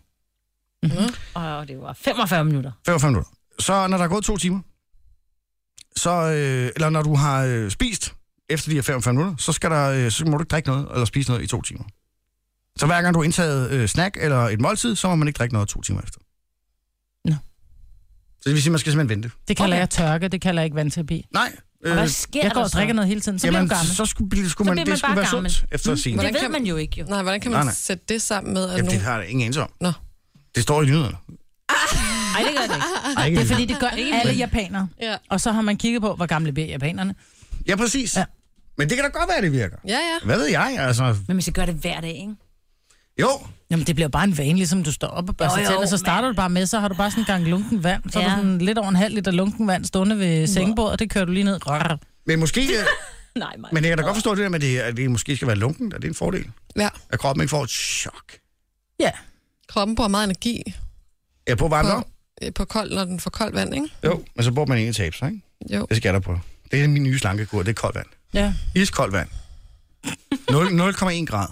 D: Åh, det var 45 minutter.
C: 45 minutter. Så når der er gået to timer, så, øh, eller når du har øh, spist efter de her 45 minutter, så, skal der, øh, så må du ikke drikke noget eller spise noget i to timer. Så hver gang du har indtaget øh, snack eller et måltid, så må man ikke drikke noget to timer efter.
F: Nå.
C: Så det vil sige, at man skal simpelthen vente.
F: Det kalder
D: Okay.
F: okay. jeg tørke, det kalder jeg ikke vandterapi.
C: Nej. øh,
D: Og hvad sker
F: Jeg går
D: der
F: og
D: så?
F: drikker noget hele tiden, så bliver
C: jamen,
F: jeg jo gammel.
C: så skulle, blive- skulle
D: Så bliver
C: man, det
D: man
C: skulle
D: bare
C: være
D: gammel. Mm.
C: sundt efter at sige.
D: Det
E: Hvordan
D: ved
E: kan-
D: man jo ikke, jo.
E: Nej, hvordan kan
C: Nej,
E: man
C: nej.
E: sætte det sammen med, at
C: Jamen, det
E: nogen...
C: har jeg ingen anelse om.
E: Nå.
C: Det står i nyhederne.
D: Nej, det gør det ikke.
C: Ej, ikke
F: Det er fordi, det gør alle japanere.
E: Ja.
F: Og så har man kigget på, hvor gamle bliver japanerne.
C: Ja, præcis. Ja.
F: Ja.
C: Men det kan da godt være, det virker.
E: Ja, ja.
C: Hvad ved jeg? Altså,
D: Men man skal gøre det hver dag, ikke?
C: jo,
F: Jamen, det bliver bare en vane, ligesom du står op og børster
D: Jo, jo,
F: tænder, så starter du bare med, så har du bare sådan en gang lunken vand. Så ja.
D: Ja.
F: har du sådan lidt over en halv liter lunken vand stående ved sengebordet, det kører du lige ned. Rrr.
C: men måske... øh,
D: Nej, mig.
C: Men jeg kan da godt forstå det der med, det, at det måske skal være lunken. Er det en fordel?
E: ja.
C: At kroppen ikke får et chok.
F: Ja,
E: Kroppen bruger meget energi
C: Ja, på varmt
E: på,
C: op.
E: øh, på kold, når den får koldt vand, ikke?
C: Jo, men så burde man egentlig tabe sig, ikke?
E: Jo.
C: Det skal jeg da på. Det er min nye slankekur, det er koldt vand.
F: ja.
C: Iskoldt vand. Nul- 0,1 grad.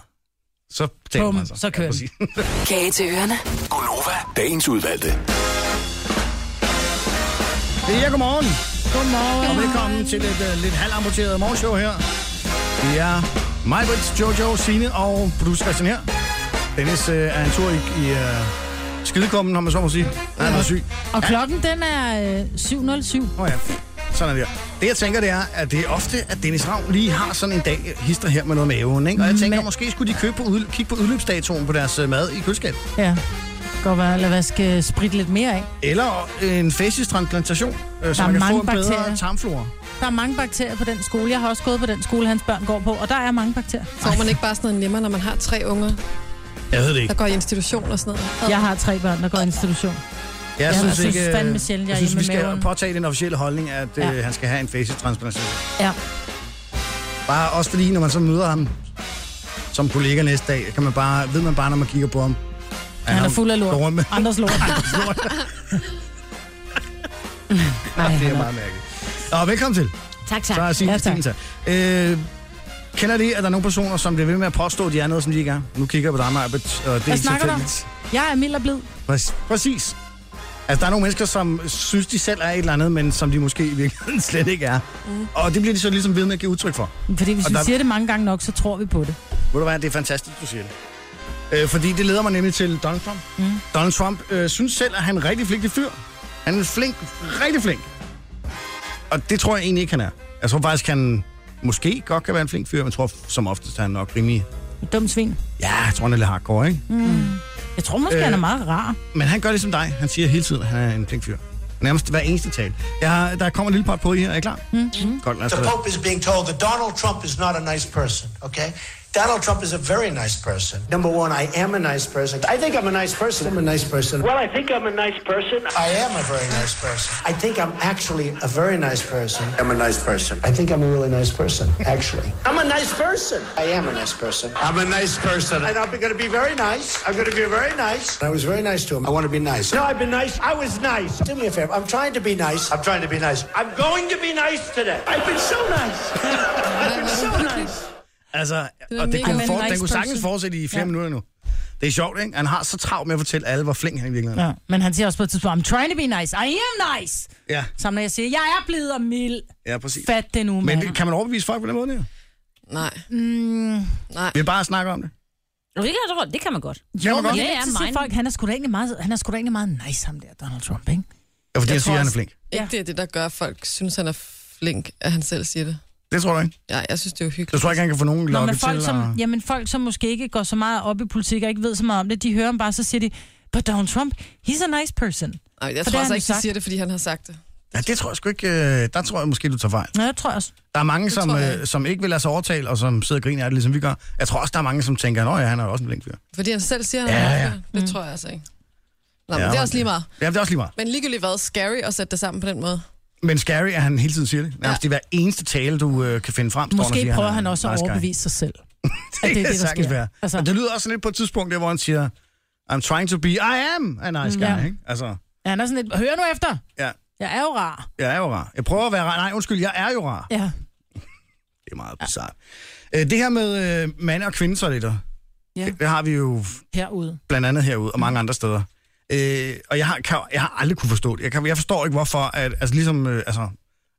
C: Så taber
F: Bum,
C: man sig.
F: så kører den.
C: præcis.
B: Kage til ørerne.
H: Gonova, dagens udvalgte.
C: Det er jeg, godmorgen. Godmorgen. Og velkommen til et uh, lidt halvamputeret morgenshow her. Det er mig, Brits, Jojo, Signe og producer Christian her. Dennis uh, er en tur i, i uh, skidekommen, om man så må sige. Han er noget syg.
F: Og klokken, den er øh, 7.07.
C: Nå ja, sådan er det. Det jeg tænker, det er, at det er ofte, at Dennis Ravn lige har sådan en dag hister her med noget maven, ikke? Og jeg tænker,
F: Men-
C: måske skulle de købe på udløb, kigge på udløbsdatoen på deres øh, mad i køleskab.
F: Ja. Godt være, lad vaske øh, sprit lidt mere af.
C: Eller en fæsistransplantation, øh, så
F: Der er
C: man kan
F: mange
C: få en bedre
F: bakterier.
C: tarmflora.
F: Der er mange bakterier på den skole. Jeg har også gået på den skole, hans børn går på, og der er mange bakterier.
E: Får man ikke bare sådan noget nemmere, når man har tre unger,
C: Jeg ved det
E: der
C: ikke.
E: går i institution og sådan noget?
F: Jeg har tre børn, der går i institution.
C: Jeg,
F: jeg
C: synes,
F: synes
C: ikke, øh,
F: fandme sjældent, jeg
C: jeg
F: er
C: synes,
F: inde
C: vi
F: med
C: skal
F: maven.
C: påtage den officielle holdning, at øh,
F: Ja.
C: han skal have en fæsistransplantation.
F: Ja.
C: Bare også fordi, når man så møder ham som kollega næste dag, kan man bare, ved man bare, når man kigger på ham. at
F: Han er fuld af
C: går
F: lort.
C: rundt med-
F: Andres lort.
D: Nej,
C: Det er
D: han er-
C: meget mærkeligt. Nå, velkommen til.
D: Tak, tak.
C: Så er Signe
F: Ja,
C: ja,
F: tak.
C: Christine øh, Kender det, at der er nogle personer, som bliver ved med at påstå, at de er noget, som de ikke er? Nu kigger jeg på dig, Marbet, og det er
F: Hvad
C: ikke
F: snakker du om?
C: tilfældigt.
F: Jeg er mild og blid.
C: Præcis. Præcis. Altså, der er nogle mennesker, som synes, de selv er et eller andet, men som de måske i virkeligheden slet ikke er. Mm. Og det bliver de så ligesom ved med at give udtryk for.
F: Fordi hvis
C: Og
F: vi
C: der-
F: siger det mange gange nok, så tror vi på det.
C: Ved du hvad, det er fantastisk, du siger det. Øh, fordi det leder mig nemlig til Donald Trump. Mm. Donald Trump øh, synes selv, at han er en rigtig flink fyr. Han er flink, rigtig flink. Og det tror jeg egentlig ikke, han er. Jeg tror faktisk, han måske godt kan være en flink fyr, men jeg tror som oftest, han er nok rimelig...
F: Dum svin.
C: Ja, jeg tror, han er lidt hardcore, ikke? Mm.
F: Jeg tror måske,
C: Øh.
F: øh. han er meget rar.
C: Men han gør ligesom dig. Han siger hele tiden, at han er en flink fyr. Nærmest hver eneste tale. Jeg har, der kommer en lille pot på i her. Er I klar?
F: Mm-hmm.
C: Mm. Godt, lad os
I: The
C: gøre det.
I: Pope is being told that Donald Trump is not a nice person, okay? Donald Trump is a very nice person. Number one, I am a nice person. I think I'm a nice person. I'm a nice person.
J: Well, I think I'm a nice person.
I: I am a very nice person. I think I'm actually a very nice person.
H: I'm a nice person.
I: I think I'm a really nice person, actually.
J: I'm a nice person.
I: I am a nice person. I'm a nice person. And I'm going to be very nice. I'm going to be very nice. I was very nice to him. I want to be nice.
J: No, I've been nice. I was nice.
I: Do me a favor. I'm trying to be nice. I'm trying to be nice.
J: I'm going to be nice today. I've been so nice. I've been so nice.
C: Altså,
E: Det er
C: og det
E: mega
C: kunne,
E: fedt.
C: for,
F: Ej, men
C: den
F: nice
C: Altså, kunne sagtens
F: person.
C: fortsætte i flere ja.
F: Ja.
C: minutter nu. Det er sjovt, ikke? Han har så travlt med at fortælle alle, hvor flink han i virkeligheden er.
F: Ja. Men han siger også på et tidspunkt, I'm trying to be nice, I am nice.
C: Ja.
F: Som når jeg siger, jeg er blid og mild.
C: Ja, præcis.
F: Fat det nu,
C: Men
F: mand.
C: det, kan man overbevise folk på den måde? Der?
E: Nej.
F: Mm,
E: Nej.
C: Vi bare snakker om det.
D: Nå, Det kan, jeg- det kan man godt.
C: Ja,
F: jo, men
C: godt.
F: det
D: Ja,
F: er
D: ja,
F: lidt, så siger
D: mine.
F: folk, han er sgu da egentlig meget, han er sgu da egentlig meget nice, ham der Donald Trump, ikke?
C: Ja, fordi
F: Jeg
C: han
F: tror
C: siger, han er
F: også-
C: flink.
E: Ikke
F: Ja.
E: det er det, der gør, at folk synes, han er flink, at han selv siger det.
C: Det tror jeg ikke.
E: Ja, jeg synes, det er jo hyggeligt.
C: Jeg tror ikke, han kan få nogen
F: Nå,
C: lokket
F: men
C: til.
F: folk, som,
C: at-
F: jamen, folk, som måske ikke går så meget op i politik og ikke ved så meget om det, de hører ham bare, så siger de, but Donald Trump, he's a nice person.
E: Ej,
F: For
E: jeg tror
F: det har
E: altså
F: han
E: ikke,
F: sagt.
E: de siger det, fordi han har sagt det.
C: Ja, det tror jeg sgu ikke. øh, Der tror jeg måske, du tager fejl.
F: Nå, jeg tror jeg også.
C: Der er mange, som,
E: tror jeg.
C: øh, som ikke vil lade sig overtale, og som sidder og griner af det, ligesom vi gør. Jeg tror også, der er mange, som tænker, at ja, han er også en flink fyr.
E: Fordi han selv siger, han
C: Ja,
E: har
C: ja.
E: sagt det.
F: Mm.
E: Det tror jeg altså ikke. Nå, men
C: Ja,
E: det er
C: men
E: også lige meget.
C: Ja, det er også lige meget.
E: Men ligegyldigt hvad, scary at sætte det sammen på den måde.
C: Men scary er, at han hele tiden siger det. Nærmest ja.
E: Ja.
C: i hver eneste tale, du øh, kan finde frem. står der og
F: Måske
C: siger,
F: prøver
C: er
F: han også at
C: nice guy.
F: overbevise sig selv.
C: det,
F: det er
C: det,
F: det,
C: kan
F: der
C: sagtens
F: sker.
C: være.
F: Altså-
C: Altså. Og det lyder også lidt på et tidspunkt, der, hvor han siger, I'm trying to be, I am a nice guy.
F: Mm, Ja.
C: Ja. Ikke? Altså,
F: Ja, han er sådan lidt, hør nu efter,
C: ja,
F: jeg er jo rar.
C: jeg er jo rar. Jeg prøver at være rar. Nej, undskyld, jeg er jo rar.
F: Ja.
C: Det er meget bizarrt. Ja. Det her med øh, mand- og kvindetoiletter,
F: Ja.
C: ja. det, det har vi jo
F: Herude.
C: blandt andet herude og mange andre steder. Øh, og jeg har, kan, jeg har aldrig kunne forstå det. Jeg, kan, jeg forstår ikke, hvorfor, at altså, ligesom, øh, altså,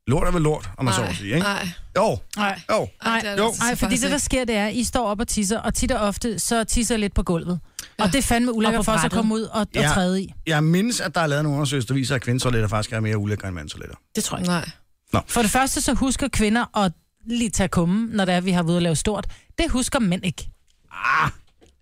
C: lort er vel lort, om man så må sige, ikke?
E: nej.
C: Jo,
F: Nej.
C: jo.
E: Ej, det er det
C: Jo.
E: altså
F: Nej, fordi
E: faktisk
F: det, der
E: ikke.
F: sker, det er, at I står op og tisser, og tit og ofte, så tisser I lidt på gulvet. Ja. Og det er fandme ulækkert
D: Og
F: for
D: på
F: os at
D: brættet.
F: komme ud og, ja. og
C: Ja.
F: træde i.
C: Jeg mindes, at der er lavet nogle undersøgelser, der viser, at kvindetoiletter faktisk er mere ulækre end mandstoiletter.
F: Det tror jeg
E: Nej.
F: For det første, så husker kvinder at lige tage kummen, når det er, vi har været ude at lave stort. Det husker mænd ikke.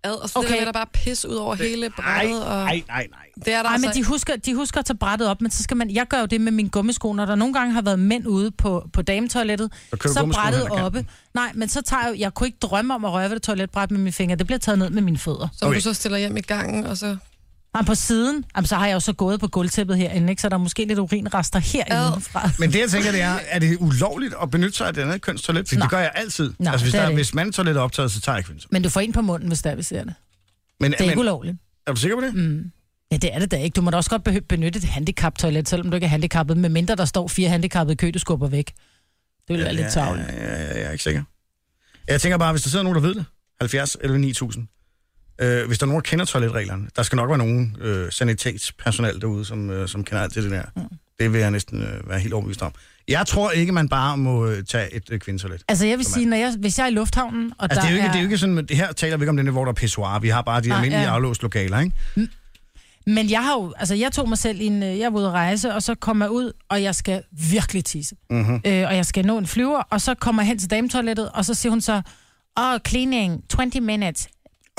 E: Ad, og så okay. det
F: Okay.
E: der med, der bare pis ud over hele brættet. Og...
C: Nej, nej, nej.
E: Det er der
F: Nej,
E: altså
F: men de
E: ikke.
F: husker, de husker at tage brættet op, men så skal man... Jeg gør jo det med mine gummisko, når der nogle gange har været mænd ude på, på dametoilettet,
C: Så kører du
F: så er
C: gummiskoen
F: brættet
C: hen ad kanten.
F: oppe. Nej, men så tager jeg... Jeg kunne ikke drømme om at røre ved det toiletbræt med mine fingre. Det bliver taget ned med mine fødder.
E: Som
C: Okay.
E: du så stiller hjem i gangen, og så...
F: Nej, på siden, jamen, så har jeg jo så gået på gulvtæppet herinde, ikke? så der er måske lidt urinrester herinde
E: Ad.
F: fra.
C: Men det, jeg tænker, det er, er det ulovligt at benytte sig af den anden kønstoilet? Fordi
F: Nej.
C: det gør jeg altid.
F: Nej,
C: altså, hvis,
F: det er
C: der,
F: det ikke.
C: hvis mandtoilet er optaget, så tager jeg kvindetoilet.
F: Men du får en på munden, hvis der er, vi ser det.
C: Men,
F: Det er ikke
C: men,
F: ulovligt.
C: er du sikker på det? Mm.
F: Ja, det er det da ikke. Du må da også godt behø- benytte et handicaptoilet, selvom du ikke er handicappet, medmindre der står fire handicappede i kø, du skubber væk. Det ville være lidt
C: ja,
F: tavligt.
C: ja, ja, ja, jeg er ikke sikker. Jeg tænker bare, hvis der sidder nogen, der ved det, 70 eller 9000, øh, hvis der er nogen, der kender toiletreglerne, der skal nok være nogen øh, sanitetspersonal derude, som, øh, som kender alt det der. Mm. Det vil jeg næsten øh, være helt overbevist om. Jeg tror ikke, man bare må øh, tage et øh, kvindetoilet.
F: Altså, jeg vil sige, når jeg, hvis jeg er i lufthavnen, og
C: Altså,
F: der
C: det er, jo ikke,
F: er,
C: det er jo ikke sådan, at det her taler vi ikke om den der, hvor der er pissoir. Vi har bare de
F: Nej,
C: almindelige
F: ja.
C: aflåst lokaler, ikke?
F: Men jeg har jo, altså jeg tog mig selv i en, øh, jeg var ude at rejse, og så kom jeg ud, og jeg skal virkelig tisse. Mm-hmm. Øh, og jeg skal nå en flyver, og så kommer jeg hen til dametoilettet, og så siger hun så, oh, cleaning, 20 minutes,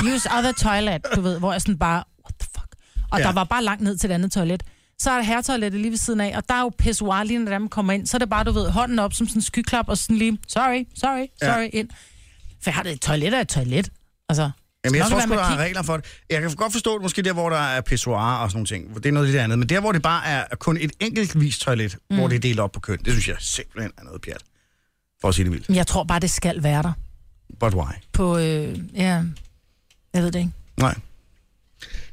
F: use other toilet, du ved, hvor jeg sådan bare, what the fuck. Og
C: Ja.
F: ja. der var bare langt ned til det andet toilet. Så er der herretoilettet lige ved siden af, og der er jo pissoir lige når man kommer ind, så er det bare, du ved, hånden op som sådan en skyklap, og sådan lige, sorry, sorry,
C: Ja.
F: sorry, ind. For jeg har det et toilet er et toilet. Altså,
C: Jamen, jeg
F: Nå,
C: tror
F: det
C: sgu,
F: var
C: der
F: med
C: er regler for det. Jeg kan godt forstå det måske der, hvor der er pissoir og sådan nogle ting. Det er noget af det andet. Men der, hvor det bare er kun et enkeltvis toilet, mm. hvor det er delt op på køn, det synes jeg simpelthen er noget pjat. For at sige det vildt.
F: men jeg tror bare, det skal være der.
C: But why?
F: på, øh, ja, jeg ved det ikke.
C: Nej.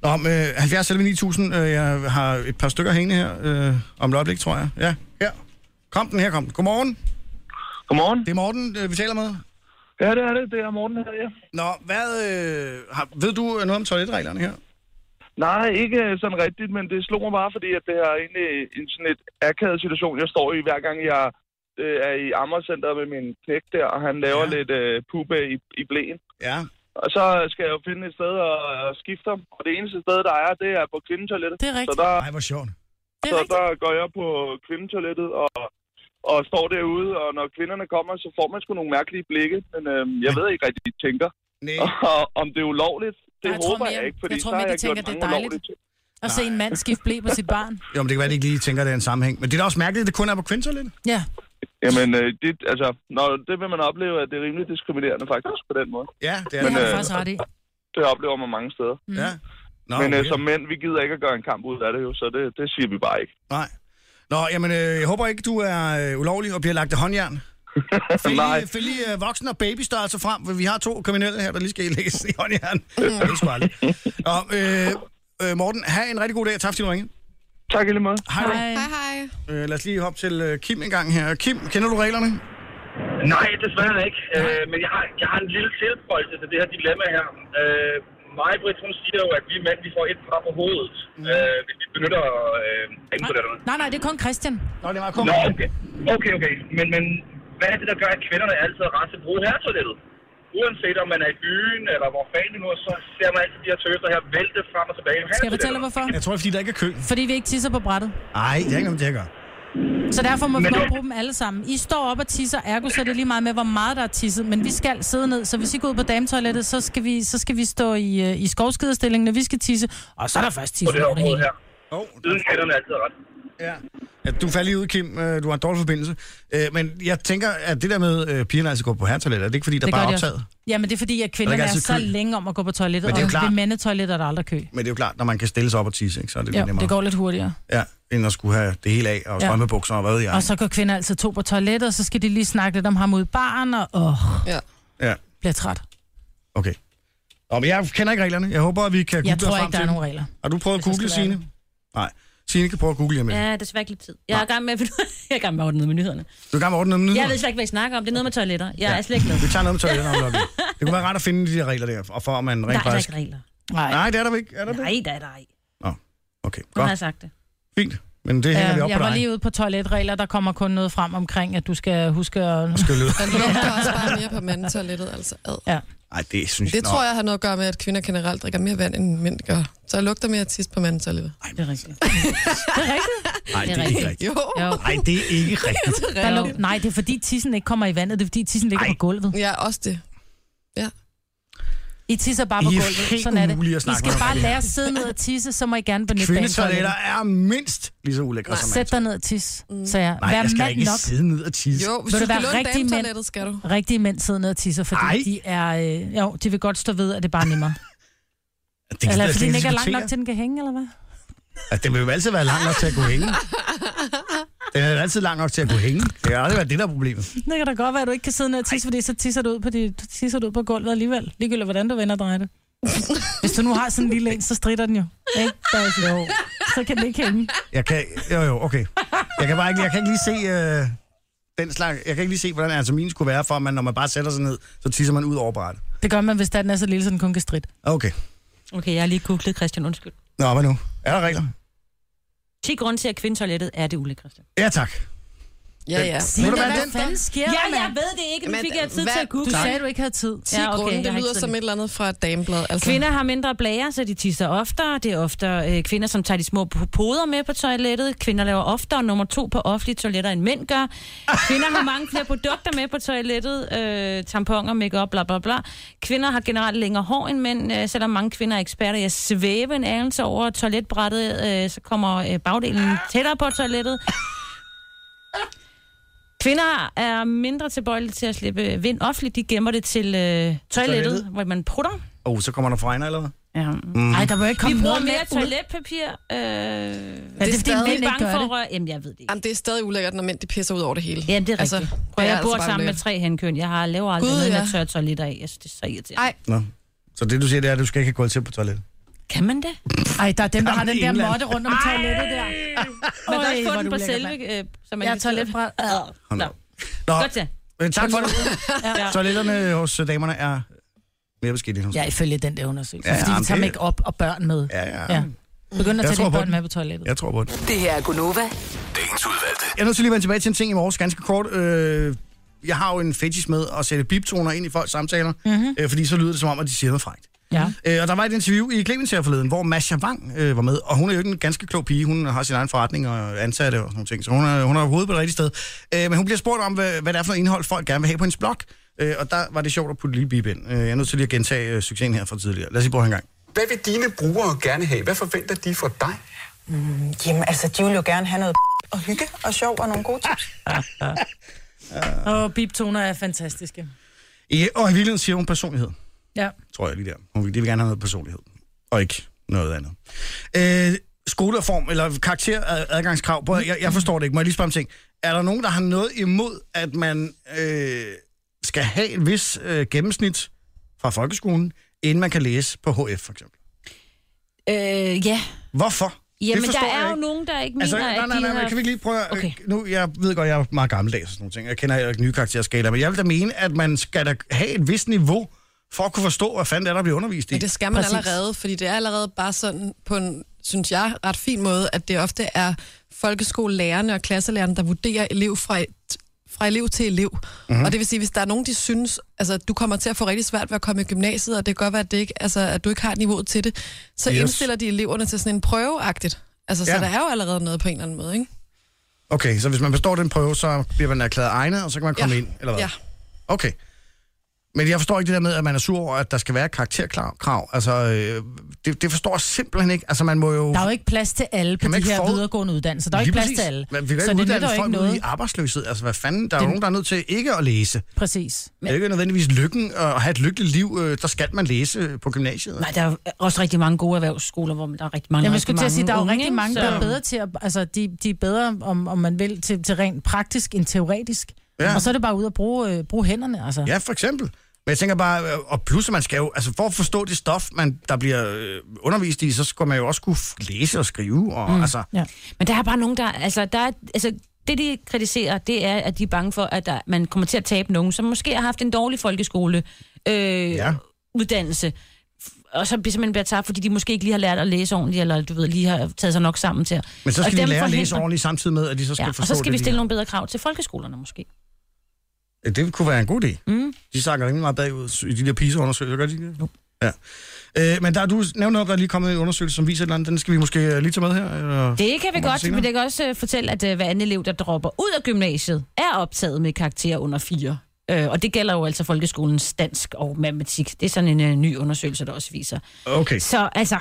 C: Nå, om øh, 70 selv 9000, øh, jeg har et par stykker hængende her øh, om et øjeblik, tror jeg. Ja, her. Kom den, her kom den. Godmorgen.
J: Godmorgen.
C: Det er Morten, øh, vi taler med.
J: Ja, det er det. Det er Morten her, ja.
C: Nå, hvad, øh, har, ved du noget om toiletreglerne her?
J: Nej, ikke sådan rigtigt, men det slog mig bare, fordi at det er egentlig en sådan et akavet situation, jeg står i, hver gang jeg øh, er i Amagercenteret med min knæk der, og han laver
C: Ja.
J: ja. lidt øh, puppe i, i blæen.
C: Ja.
J: Og så skal jeg jo finde et sted at, at skifte ham, og det eneste sted, der er, det er på kvindetoilettet.
F: Det er
J: Så
F: rigtigt.
J: der,
C: Ej, hvor sjovt.
F: Det
J: så
F: er rigtigt.
J: der går jeg på kvindetoilettet og, og står derude, og når kvinderne kommer, så får man sgu nogle mærkelige blikke, men øh, jeg ved ikke rigtig, de tænker.
C: Nej.
J: Og om det er ulovligt, det
F: Nej, jeg tror
J: håber jeg
F: mere-
J: ikke, fordi
F: jeg tror
J: så har
F: mere, de
J: jeg gjort
F: tænker, det er
J: mange
F: dejligt.
J: ulovlige ting.
F: At se en mand skifte blæ på sit barn.
C: Jo, men det kan være, at de ikke lige tænker, at det er en sammenhæng. Men det er da også mærkeligt, at det kun er på kvindtoilettet.
F: Ja.
J: Jamen, øh, det, altså, når, det vil man opleve, at det er rimelig diskriminerende faktisk på den måde.
C: Ja, det er det.
F: Det har du
J: øh,
F: faktisk ret i.
J: Det oplever man mange steder.
C: Ja. Nå,
J: Men øh,
C: okay.
J: som mænd, vi gider ikke at gøre en kamp ud af det jo, så det, det siger vi bare ikke.
C: Nej. Nå, jamen, øh, jeg håber ikke, du er øh, ulovlig og bliver lagt af håndjern. Fældig,
J: Nej.
C: Nej. Fældig øh, voksen og babystørrelse frem, for vi har to kriminelle her, der lige skal læse i håndjern. Det er sgu aldrig. Nå, øh, øh, Morten, have en rigtig god dag. Tak fordi du ringede.
J: Tak i lige måde.
C: Hej. Hej.
E: Hej, hej.
C: Øh, lad os lige hoppe til øh, Kim en gang her. Kim, kender du reglerne?
J: Nej, desværre ikke. Øh, men jeg har, jeg har en lille tilføjelse til det her dilemma her. Øh,
K: Majbrit, hun siger jo, at vi mænd, vi får et par på hovedet, mm. øh, hvis vi benytter øh, inputtererne.
F: Nej, nej, det er kun Christian. Nå, det var
K: Nå, okay. Okay, okay. Men, men hvad er det, der gør, at kvinderne altid har ret til at bruge herretoilettet? Uanset om man er i byen, eller hvor fanden det nu er, så ser man altid de her tøser her vælte frem og tilbage.
F: Skal jeg fortælle dig, hvorfor?
C: Jeg tror, fordi der ikke er kø.
F: Fordi vi ikke tisser på brættet.
C: Nej, det er ikke noget, det jeg gør.
F: Så derfor må vi
C: Men-
F: godt bruge dem alle sammen. I står op og tisser, ergo så er det lige meget med, hvor meget der er tisset, men vi skal sidde ned. Så hvis I går ud på dametoilettet, så skal vi, så skal vi stå i, øh, i skovskiderstillingen, når vi skal tisse. Og så er der først
K: På
F: tisse
K: det her
F: over det
K: område
F: hele.
K: her.
C: Oh,
K: Siden kvinderne altid har ret.
C: Ja. Ja, du faldt lige ud, Kim. Øh, Du har en dårlig forbindelse. Øh, Men jeg tænker, at det der med, øh, pigerne altså går på herretoilettet, er det ikke fordi, der
F: Det
C: bare
F: gør
C: er
F: de også.
C: optaget?
F: Jamen det er fordi, at kvinderne
C: ikke
F: er,
C: altid
F: så
C: kø.
F: længe om at gå på toilettet,
C: Men det er jo
F: og
C: klart.
F: ved mandetoiletter er der aldrig kø.
C: Men det er jo klart, når man kan stille sig op og tisse, ikke, så er det lidt
F: Jo,
C: nemmere.
F: det går lidt hurtigere.
C: Ja, end at skulle have det hele af, og
F: Ja.
C: strømpebukser og hvad ved jeg.
F: Og så går kvinder altid to på toilettet, og så skal de lige snakke lidt om ham ude i baren, og åh,
E: ja.
C: Ja,
F: bliver træt.
C: okay. Nå, men jeg kender ikke reglerne. Jeg håber, at vi kan google
F: Jeg
C: os
F: tror
C: frem
F: ikke, der er
C: til
F: nogen
C: dem.
F: regler.
C: Har du prøvet at
D: Hvis jeg
C: google,
D: skal være
C: Signe? Nej. Signe kan prøve at google hjemme.
D: Ja, desværre ikke lidt tid. Jeg er i gang med, jeg er i gang med at ordne noget med nyhederne.
C: Du er i gang med at ordne noget
D: Jeg
C: med nyheder?
D: ved slet ikke, hvad I snakker om. Det er noget med toiletter. Jeg er slet ikke med.
C: Vi tager noget med toiletterne om lobby. Det kunne være rart at finde de der regler der, og for at man
D: Nej,
C: rent
D: der er
C: faktisk...
D: ikke regler.
F: Nej.
C: Nej, det er der ikke. Er der
D: Nej, der er der ej.
C: Okay,
D: Nu har jeg
C: godt.
D: sagt det.
C: Fint. Men det hænger vi op
F: Øh, jeg
C: på
F: var
C: dig.
F: lige ude på toiletregler, der kommer kun noget frem omkring, at du skal huske at...
C: Skal løbe.
E: Der lugter også bare mere på mandetoilettet, altså ad.
F: Ja.
C: Nej, det synes
E: Det
C: Nå.
E: tror jeg har noget at gøre med, at kvinder generelt drikker mere vand, end mænd gør. Så jeg lugter mere tis på mandetoilettet.
C: Nej,
F: det er rigtigt. det er rigtigt.
C: Nej, det er ikke rigtigt.
E: Jo.
C: Nej, det er ikke rigtigt.
F: Der lå, nej, det er fordi tissen ikke kommer i vandet. Det er fordi tissen ligger Ej. på gulvet.
E: Ja, også det. Ja.
F: I tisser bare på
C: I er
F: gulvet.
C: helt
F: Sådan er det.
C: umulige at
F: I
C: snakke
F: skal
C: med om
F: bare
C: det her.
F: lære at sidde ned og tisse, så må I gerne benytte
C: Kvindetoiletter
F: dametoilettet.
C: er mindst lige så ulækre som
F: Sæt dig ned og tis, sagde jeg.
C: Mm. Nej,
F: Vær
C: jeg skal
F: mand
C: ikke
F: nok.
C: sidde ned og tisse.
E: Jo, hvis
F: Vil
E: du
F: du
E: skal
F: være
E: låne
F: rigtig mænd?
E: dametoilettet, skal du.
F: Rigtige mænd sidder ned og tisser, fordi
C: Ej.
F: Ej. de er... Øh, jo, de vil godt stå ved, at det bare er nemmere.
C: Det,
F: eller fordi den
C: det
F: ikke er lang
C: diskutere.
F: nok til, den kan hænge, eller hvad?
C: Altså, den vil jo altid være lang nok til at kunne hænge. Den er jo altid lang nok til at kunne hænge. Det har aldrig været det, der er problemet.
F: Det kan da godt være, at du ikke kan sidde ned og tisse, fordi så tisser du ud på, de, du tisser du ud på gulvet alligevel. Ligegyldigt, hvordan du vender og drejer det. Hvis du nu har sådan en lille en, så strider den jo. Ikke? Der er jo. Så kan den ikke hænge.
C: Jeg kan... Jo, jo, okay. Jeg kan bare ikke, jeg kan ikke lige se... Øh, den slags, jeg kan ikke lige se, hvordan anatomien skulle være, for at man, når man bare sætter sig ned, så tisser man ud over brættet.
F: Det gør man, hvis den er så lille, så den kun kan stride.
C: Okay.
D: Okay, jeg har lige googlet, Christian, undskyld.
C: Nå, hvad nu? Er der regler?
D: 10 grunde til, at kvindetoilettet er det ulækre, Christian.
C: Ja, tak.
E: Ja, ja.
F: Signe, hvad fanden sker
D: Ja,
F: der, mand?
D: jeg ved det ikke. Nu
E: Jamen,
D: fik jeg tid
E: hvad-
D: til at google.
F: Du sagde, du ikke havde tid.
E: 10 ja, okay, grunde, det lyder som et eller andet fra et dameblad. Altså.
D: Kvinder har mindre blære, så de tisser oftere. Det er oftere øh, kvinder, som tager de små po- poder med på toilettet. Kvinder laver oftere nummer to på offentlige toiletter, end mænd gør. Kvinder har mange flere produkter med på toilettet. Øh, tamponer, makeup, bla bla bla. Kvinder har generelt længere hår end mænd, øh, selvom mange kvinder er eksperter i at svæve en anelse over toiletbrættet. Øh, så kommer øh, bagdelen tættere på toilettet. Kvinder er mindre tilbøjelige til at slippe øh, vind offentligt. De gemmer det til øh, toilettet,
C: Toilettet.
D: hvor man prutter.
C: Åh, oh, så kommer der fregner, eller hvad?
D: Ja.
C: Mm.
F: Ej, der må ikke
D: Vi
F: komme
D: bruger
F: noget
D: mere
F: med ud.
D: toiletpapir. Øh, er
E: er
D: det,
E: stadig-
D: fordi mænd
E: ikke
D: er bange
E: gør
D: for
E: det.
D: at røre? Jamen, jeg ved det ikke.
E: Jamen, det er stadig ulækkert, når mænd de pisser ud over det hele.
D: Jamen, det er rigtigt. Altså,
E: det
D: Prøv,
E: er
D: jeg
E: altså
D: bor
E: bare
D: sammen med
E: ulækkert.
D: tre henkøn. Jeg har laver aldrig
E: Gud,
D: noget med
E: ja.
D: at tørre toiletter af. Jeg synes, det er så irriterende.
E: Ej.
C: Nå. Så det, du siger, det er, at du skal ikke have gået til på toilettet.
D: Kan man det?
F: Ej, der er dem, der har
C: Gammel
F: den der
C: England.
F: måtte rundt om toilettet der.
D: Man kan
F: Øj,
D: også
F: hvor
D: få
F: er
D: den
F: du
D: på
F: lækker,
D: selve,
F: mand.
D: øh, så man
F: Jeg
D: kan
F: er toiletbræt.
C: Hold
D: Nå.
C: op. Nå,
D: Godt, ja.
C: øh, tak for det.
D: Ja.
C: Toiletterne hos øh, damerne er mere beskidte end hos
F: Ja, ifølge den der undersøgelse.
C: Ja,
F: Ja, fordi
C: jamen,
F: de tager
C: det-
F: dem ikke op og børn med.
C: Ja, ja.
F: Begynd at
C: Jeg
F: tage
C: tror
F: dine
C: på
F: børn
C: den.
F: med på toilettet.
C: Jeg tror på det.
B: Det her er Gunova.
H: Dagens udvalgte.
C: Jeg er nødt til lige at vende tilbage til en ting i morges, ganske kort. Øh, jeg har jo en fetish med at sætte biptoner ind i folks samtaler, mm-hmm. øh, fordi så lyder det som om, at de siger noget frækt.
F: Ja.
C: Øh, og der var et interview i Clemens her forleden, hvor Masha Wang øh, var med, og hun er jo ikke en ganske klog pige. Hun har sin egen forretning og ansatte og sådan nogle ting, så hun er, hun er hovedet på det rigtige sted. Øh, men hun bliver spurgt om, hvad, hvad det er for noget indhold, folk gerne vil have på hendes blog. Øh, og der var det sjovt at putte et lille bip ind. Øh, jeg er nødt til lige at gentage øh, succesen her fra tidligere. Lad os lige prøve en gang.
A: Hvad vil dine brugere gerne have? Hvad forventer de fra dig?
G: Mm, jamen altså, de vil jo gerne have noget og hygge og sjov og nogle gode tips.
F: Og biptoner er fantastiske.
C: Ja, og i virkeligheden siger hun personlighed.
F: Ja.
C: tror jeg lige der. Hun vil, de vil gerne have noget personlighed, og ikke noget andet. Øh, skolereform, eller karakteradgangskrav, prøv, at- jeg, jeg forstår det ikke. Må jeg lige spørge om ting? Er der nogen, der har noget imod, at man øh, skal have et vis øh, gennemsnit fra folkeskolen, inden man kan læse på HF, for eksempel?
D: Øh, ja.
C: Hvorfor?
D: Jamen,
C: forstår
D: der er
C: jeg
D: jo
C: ikke.
D: nogen, der ikke
C: Altså,
D: mener,
C: nej, nej,
D: at
C: nej,
D: de
C: nej,
D: har...
C: men kan vi ikke lige prøve... Okay.
D: Okay.
C: Nu, jeg ved godt, jeg er meget gammeldags og sådan nogle ting. Jeg kender heller ikke nye karakterskaler, men jeg vil da mene, at man skal da have et vist niveau for at kunne forstå, hvad fanden det er, der bliver undervist i.
E: Men det skal man Præcis. allerede, fordi det er allerede bare sådan på en, synes jeg, ret fin måde, at det ofte er folkeskolelærerne og klasselærerne, der vurderer elev fra, et, fra elev til elev.
L: Mhm.
E: Mm-hmm. Og det vil sige, hvis der er nogen, de synes, altså du kommer til at få rigtig svært ved at komme i gymnasiet, og det kan godt være, at, det ikke, altså, at du ikke har niveauet til det, så
C: Yes.
E: yes. indstiller de eleverne til sådan en prøveagtigt. Altså, så
C: Ja.
E: der er jo allerede noget på en eller anden måde, ikke?
C: Okay, så hvis man består den prøve, så bliver man erklæret egnet, og så kan man komme ja. ind, eller hvad?
E: Ja.
C: Okay. Men jeg forstår ikke det der med, at man er sur over, at der skal være et karakterkrav. krav. Altså, øh, det, det forstår jeg simpelthen ikke. Altså, man må jo...
F: Der er jo ikke plads til alle på
C: Kan man
F: de
C: ikke
F: her
C: for-
F: videregående uddannelser. Der er jo ikke plads til alle.
C: Men vi vil
F: så
C: ikke
F: det
C: uddanne
F: nytter jo
C: folk
F: ikke
C: noget.
F: noget.
C: i arbejdsløshed. Altså, hvad fanden? Der er
F: Det-
C: jo nogen, der er nødt til ikke at læse.
F: Præcis.
C: Det er jo ikke nødvendigvis lykken og at have et lykkeligt liv. øh, Der skal man læse på gymnasiet.
D: Nej, der er jo også rigtig mange gode erhvervsskoler, hvor der er rigtig mange,
F: Jamen, jeg
D: rigtig
F: skulle til at sige, der er jo
D: unge,
F: rigtig
D: ikke?
F: mange, der
D: Så-
F: er bedre til at, altså, de, de er bedre, om, om man vil, til, til rent praktisk end teoretisk.
C: Ja.
F: Ja. Og så er det bare ud at bruge, øh, bruge hænderne, altså.
C: Ja, for eksempel. Men jeg tænker bare, øh, og plus at man skal jo, altså for at forstå det stof, man, der bliver øh, undervist i, så skal man jo også kunne f- læse og skrive, og mm. altså...
F: Ja.
D: Men der er bare nogen, der... Altså, der er, altså, det, de kritiserer, det er, at de er bange for, at der, man kommer til at tabe nogen, som måske har haft en dårlig folkeskole øh, ja. uddannelse. F- Og så bliver simpelthen bliver tabt, fordi de måske ikke lige har lært at læse ordentligt, eller du ved, lige har taget sig nok sammen til. at-
C: Men så
D: Og
C: skal de
D: dem
C: lære at læse
D: forhindrer-
C: ordentligt samtidig med, at de så skal
D: Ja,
C: forstå
D: og så skal
C: det,
D: vi
C: de
D: stille
C: har.
D: nogle bedre krav til folkeskolerne måske.
C: Det kunne være en god idé.
D: Mm.
C: De sakker rimelig meget bagud i de der PISA-undersøgelser, gør de ikke det? Ja. Øh, men der, du nævner noget, der er lige kommet en undersøgelse, som viser et eller andet. Den skal vi måske øh, lige tage med her? Eller
D: Det kan vi
C: kommer
D: godt,
C: senere?
D: men jeg kan også øh, fortælle, at øh, hver anden elev, der dropper ud af gymnasiet, er optaget med karakterer under 4. Øh, og det gælder jo altså folkeskolens dansk og matematik. Det er sådan en øh, ny undersøgelse, der også viser.
C: Okay.
D: Så altså...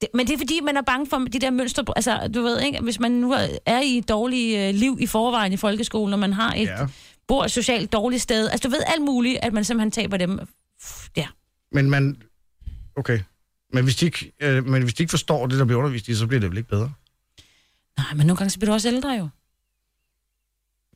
D: Det, men det er fordi, man er bange for de der mønstre... Altså, du ved ikke, hvis man nu er- er i et dårligt øh, liv i forvejen i folkeskolen, og man har et...
C: Ja.
D: Ja. bor et socialt dårligt sted. Altså, du ved alt muligt, at man simpelthen taber dem. Ja.
C: Men man... Okay. Men hvis, de ikke, øh, men hvis de ikke forstår det, der bliver undervist i, så bliver det vel ikke bedre?
D: Nej, men nogle gange så bliver du også ældre jo,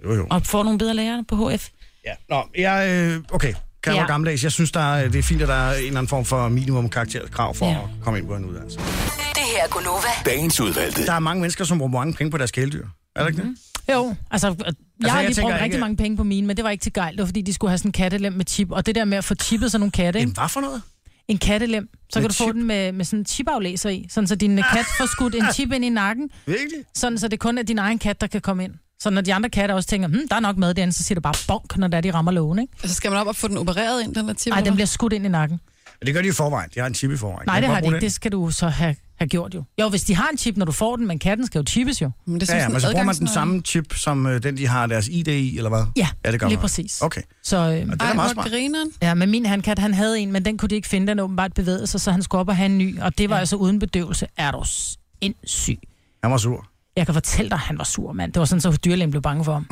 C: Jo, jo.
D: og får nogle bedre lærere på HF.
C: Ja. Nå, jeg... Øh, okay. Kan jeg
D: Ja.
C: ja. gammeldags. Jeg synes, der er, det er fint, at der er en eller anden form for minimum karakterkrav for
B: Ja.
C: ja. at komme ind på en uddannelse.
B: Det her er Gunova.
C: Dagens udvalgte. Der er mange mennesker, som bruger mange penge på deres kæledyr. Er det ikke det?
F: Jo, altså, jeg altså, har
C: jeg
F: lige brugt
C: tænker
F: rigtig
C: ikke-
F: mange penge på mine, men det var ikke til gejl. Det var, fordi de skulle have sådan en kattelem med chip. Og det der med at få chippet sådan nogle katte... En
C: hvad for noget?
F: En kattelem. Så
C: Med
F: med kan du få
C: chip?
F: den med, med sådan en chipaflæser i, sådan så din øh, kat får skudt en chip ind i nakken.
C: Virkelig?
F: Sådan så det kun er din egen kat, der kan komme ind. Så når de andre katte også tænker, hm, der er nok mad derinde, så siger det bare bonk, når der de rammer lågen, ikke?
E: Altså, skal man op og få den opereret ind, den der chip?
F: Nej, den bliver skudt ind i nakken.
C: Men det gør de i forvejen. De har en chip i forvejen.
F: Nej,
C: Kan
F: det
C: man
F: har
C: godt
F: de
C: bruge
F: ikke. Det skal du så have, have gjort jo. Jo, hvis de har en chip, når du får den, men katten skal jo chippes jo.
E: Men
C: ja, ja, men så bruger man den samme chip, som øh, den, de har deres ID i, eller hvad?
F: Ja,
C: ja det gør
F: lige
C: man.
F: præcis.
C: Okay.
F: Så, øh,
C: det er da Ej, meget hvor smart.
F: Ja, men min handkat, han havde en, men den kunne de ikke finde. Den åbenbart bevægede sig, så han skulle op og have en ny. Og det var ja. altså uden bedøvelse. Er du sindssyg?
C: Han var sur.
F: Jeg kan fortælle dig, han var sur, mand. Det var sådan, så dyrlægen blev bange for ham.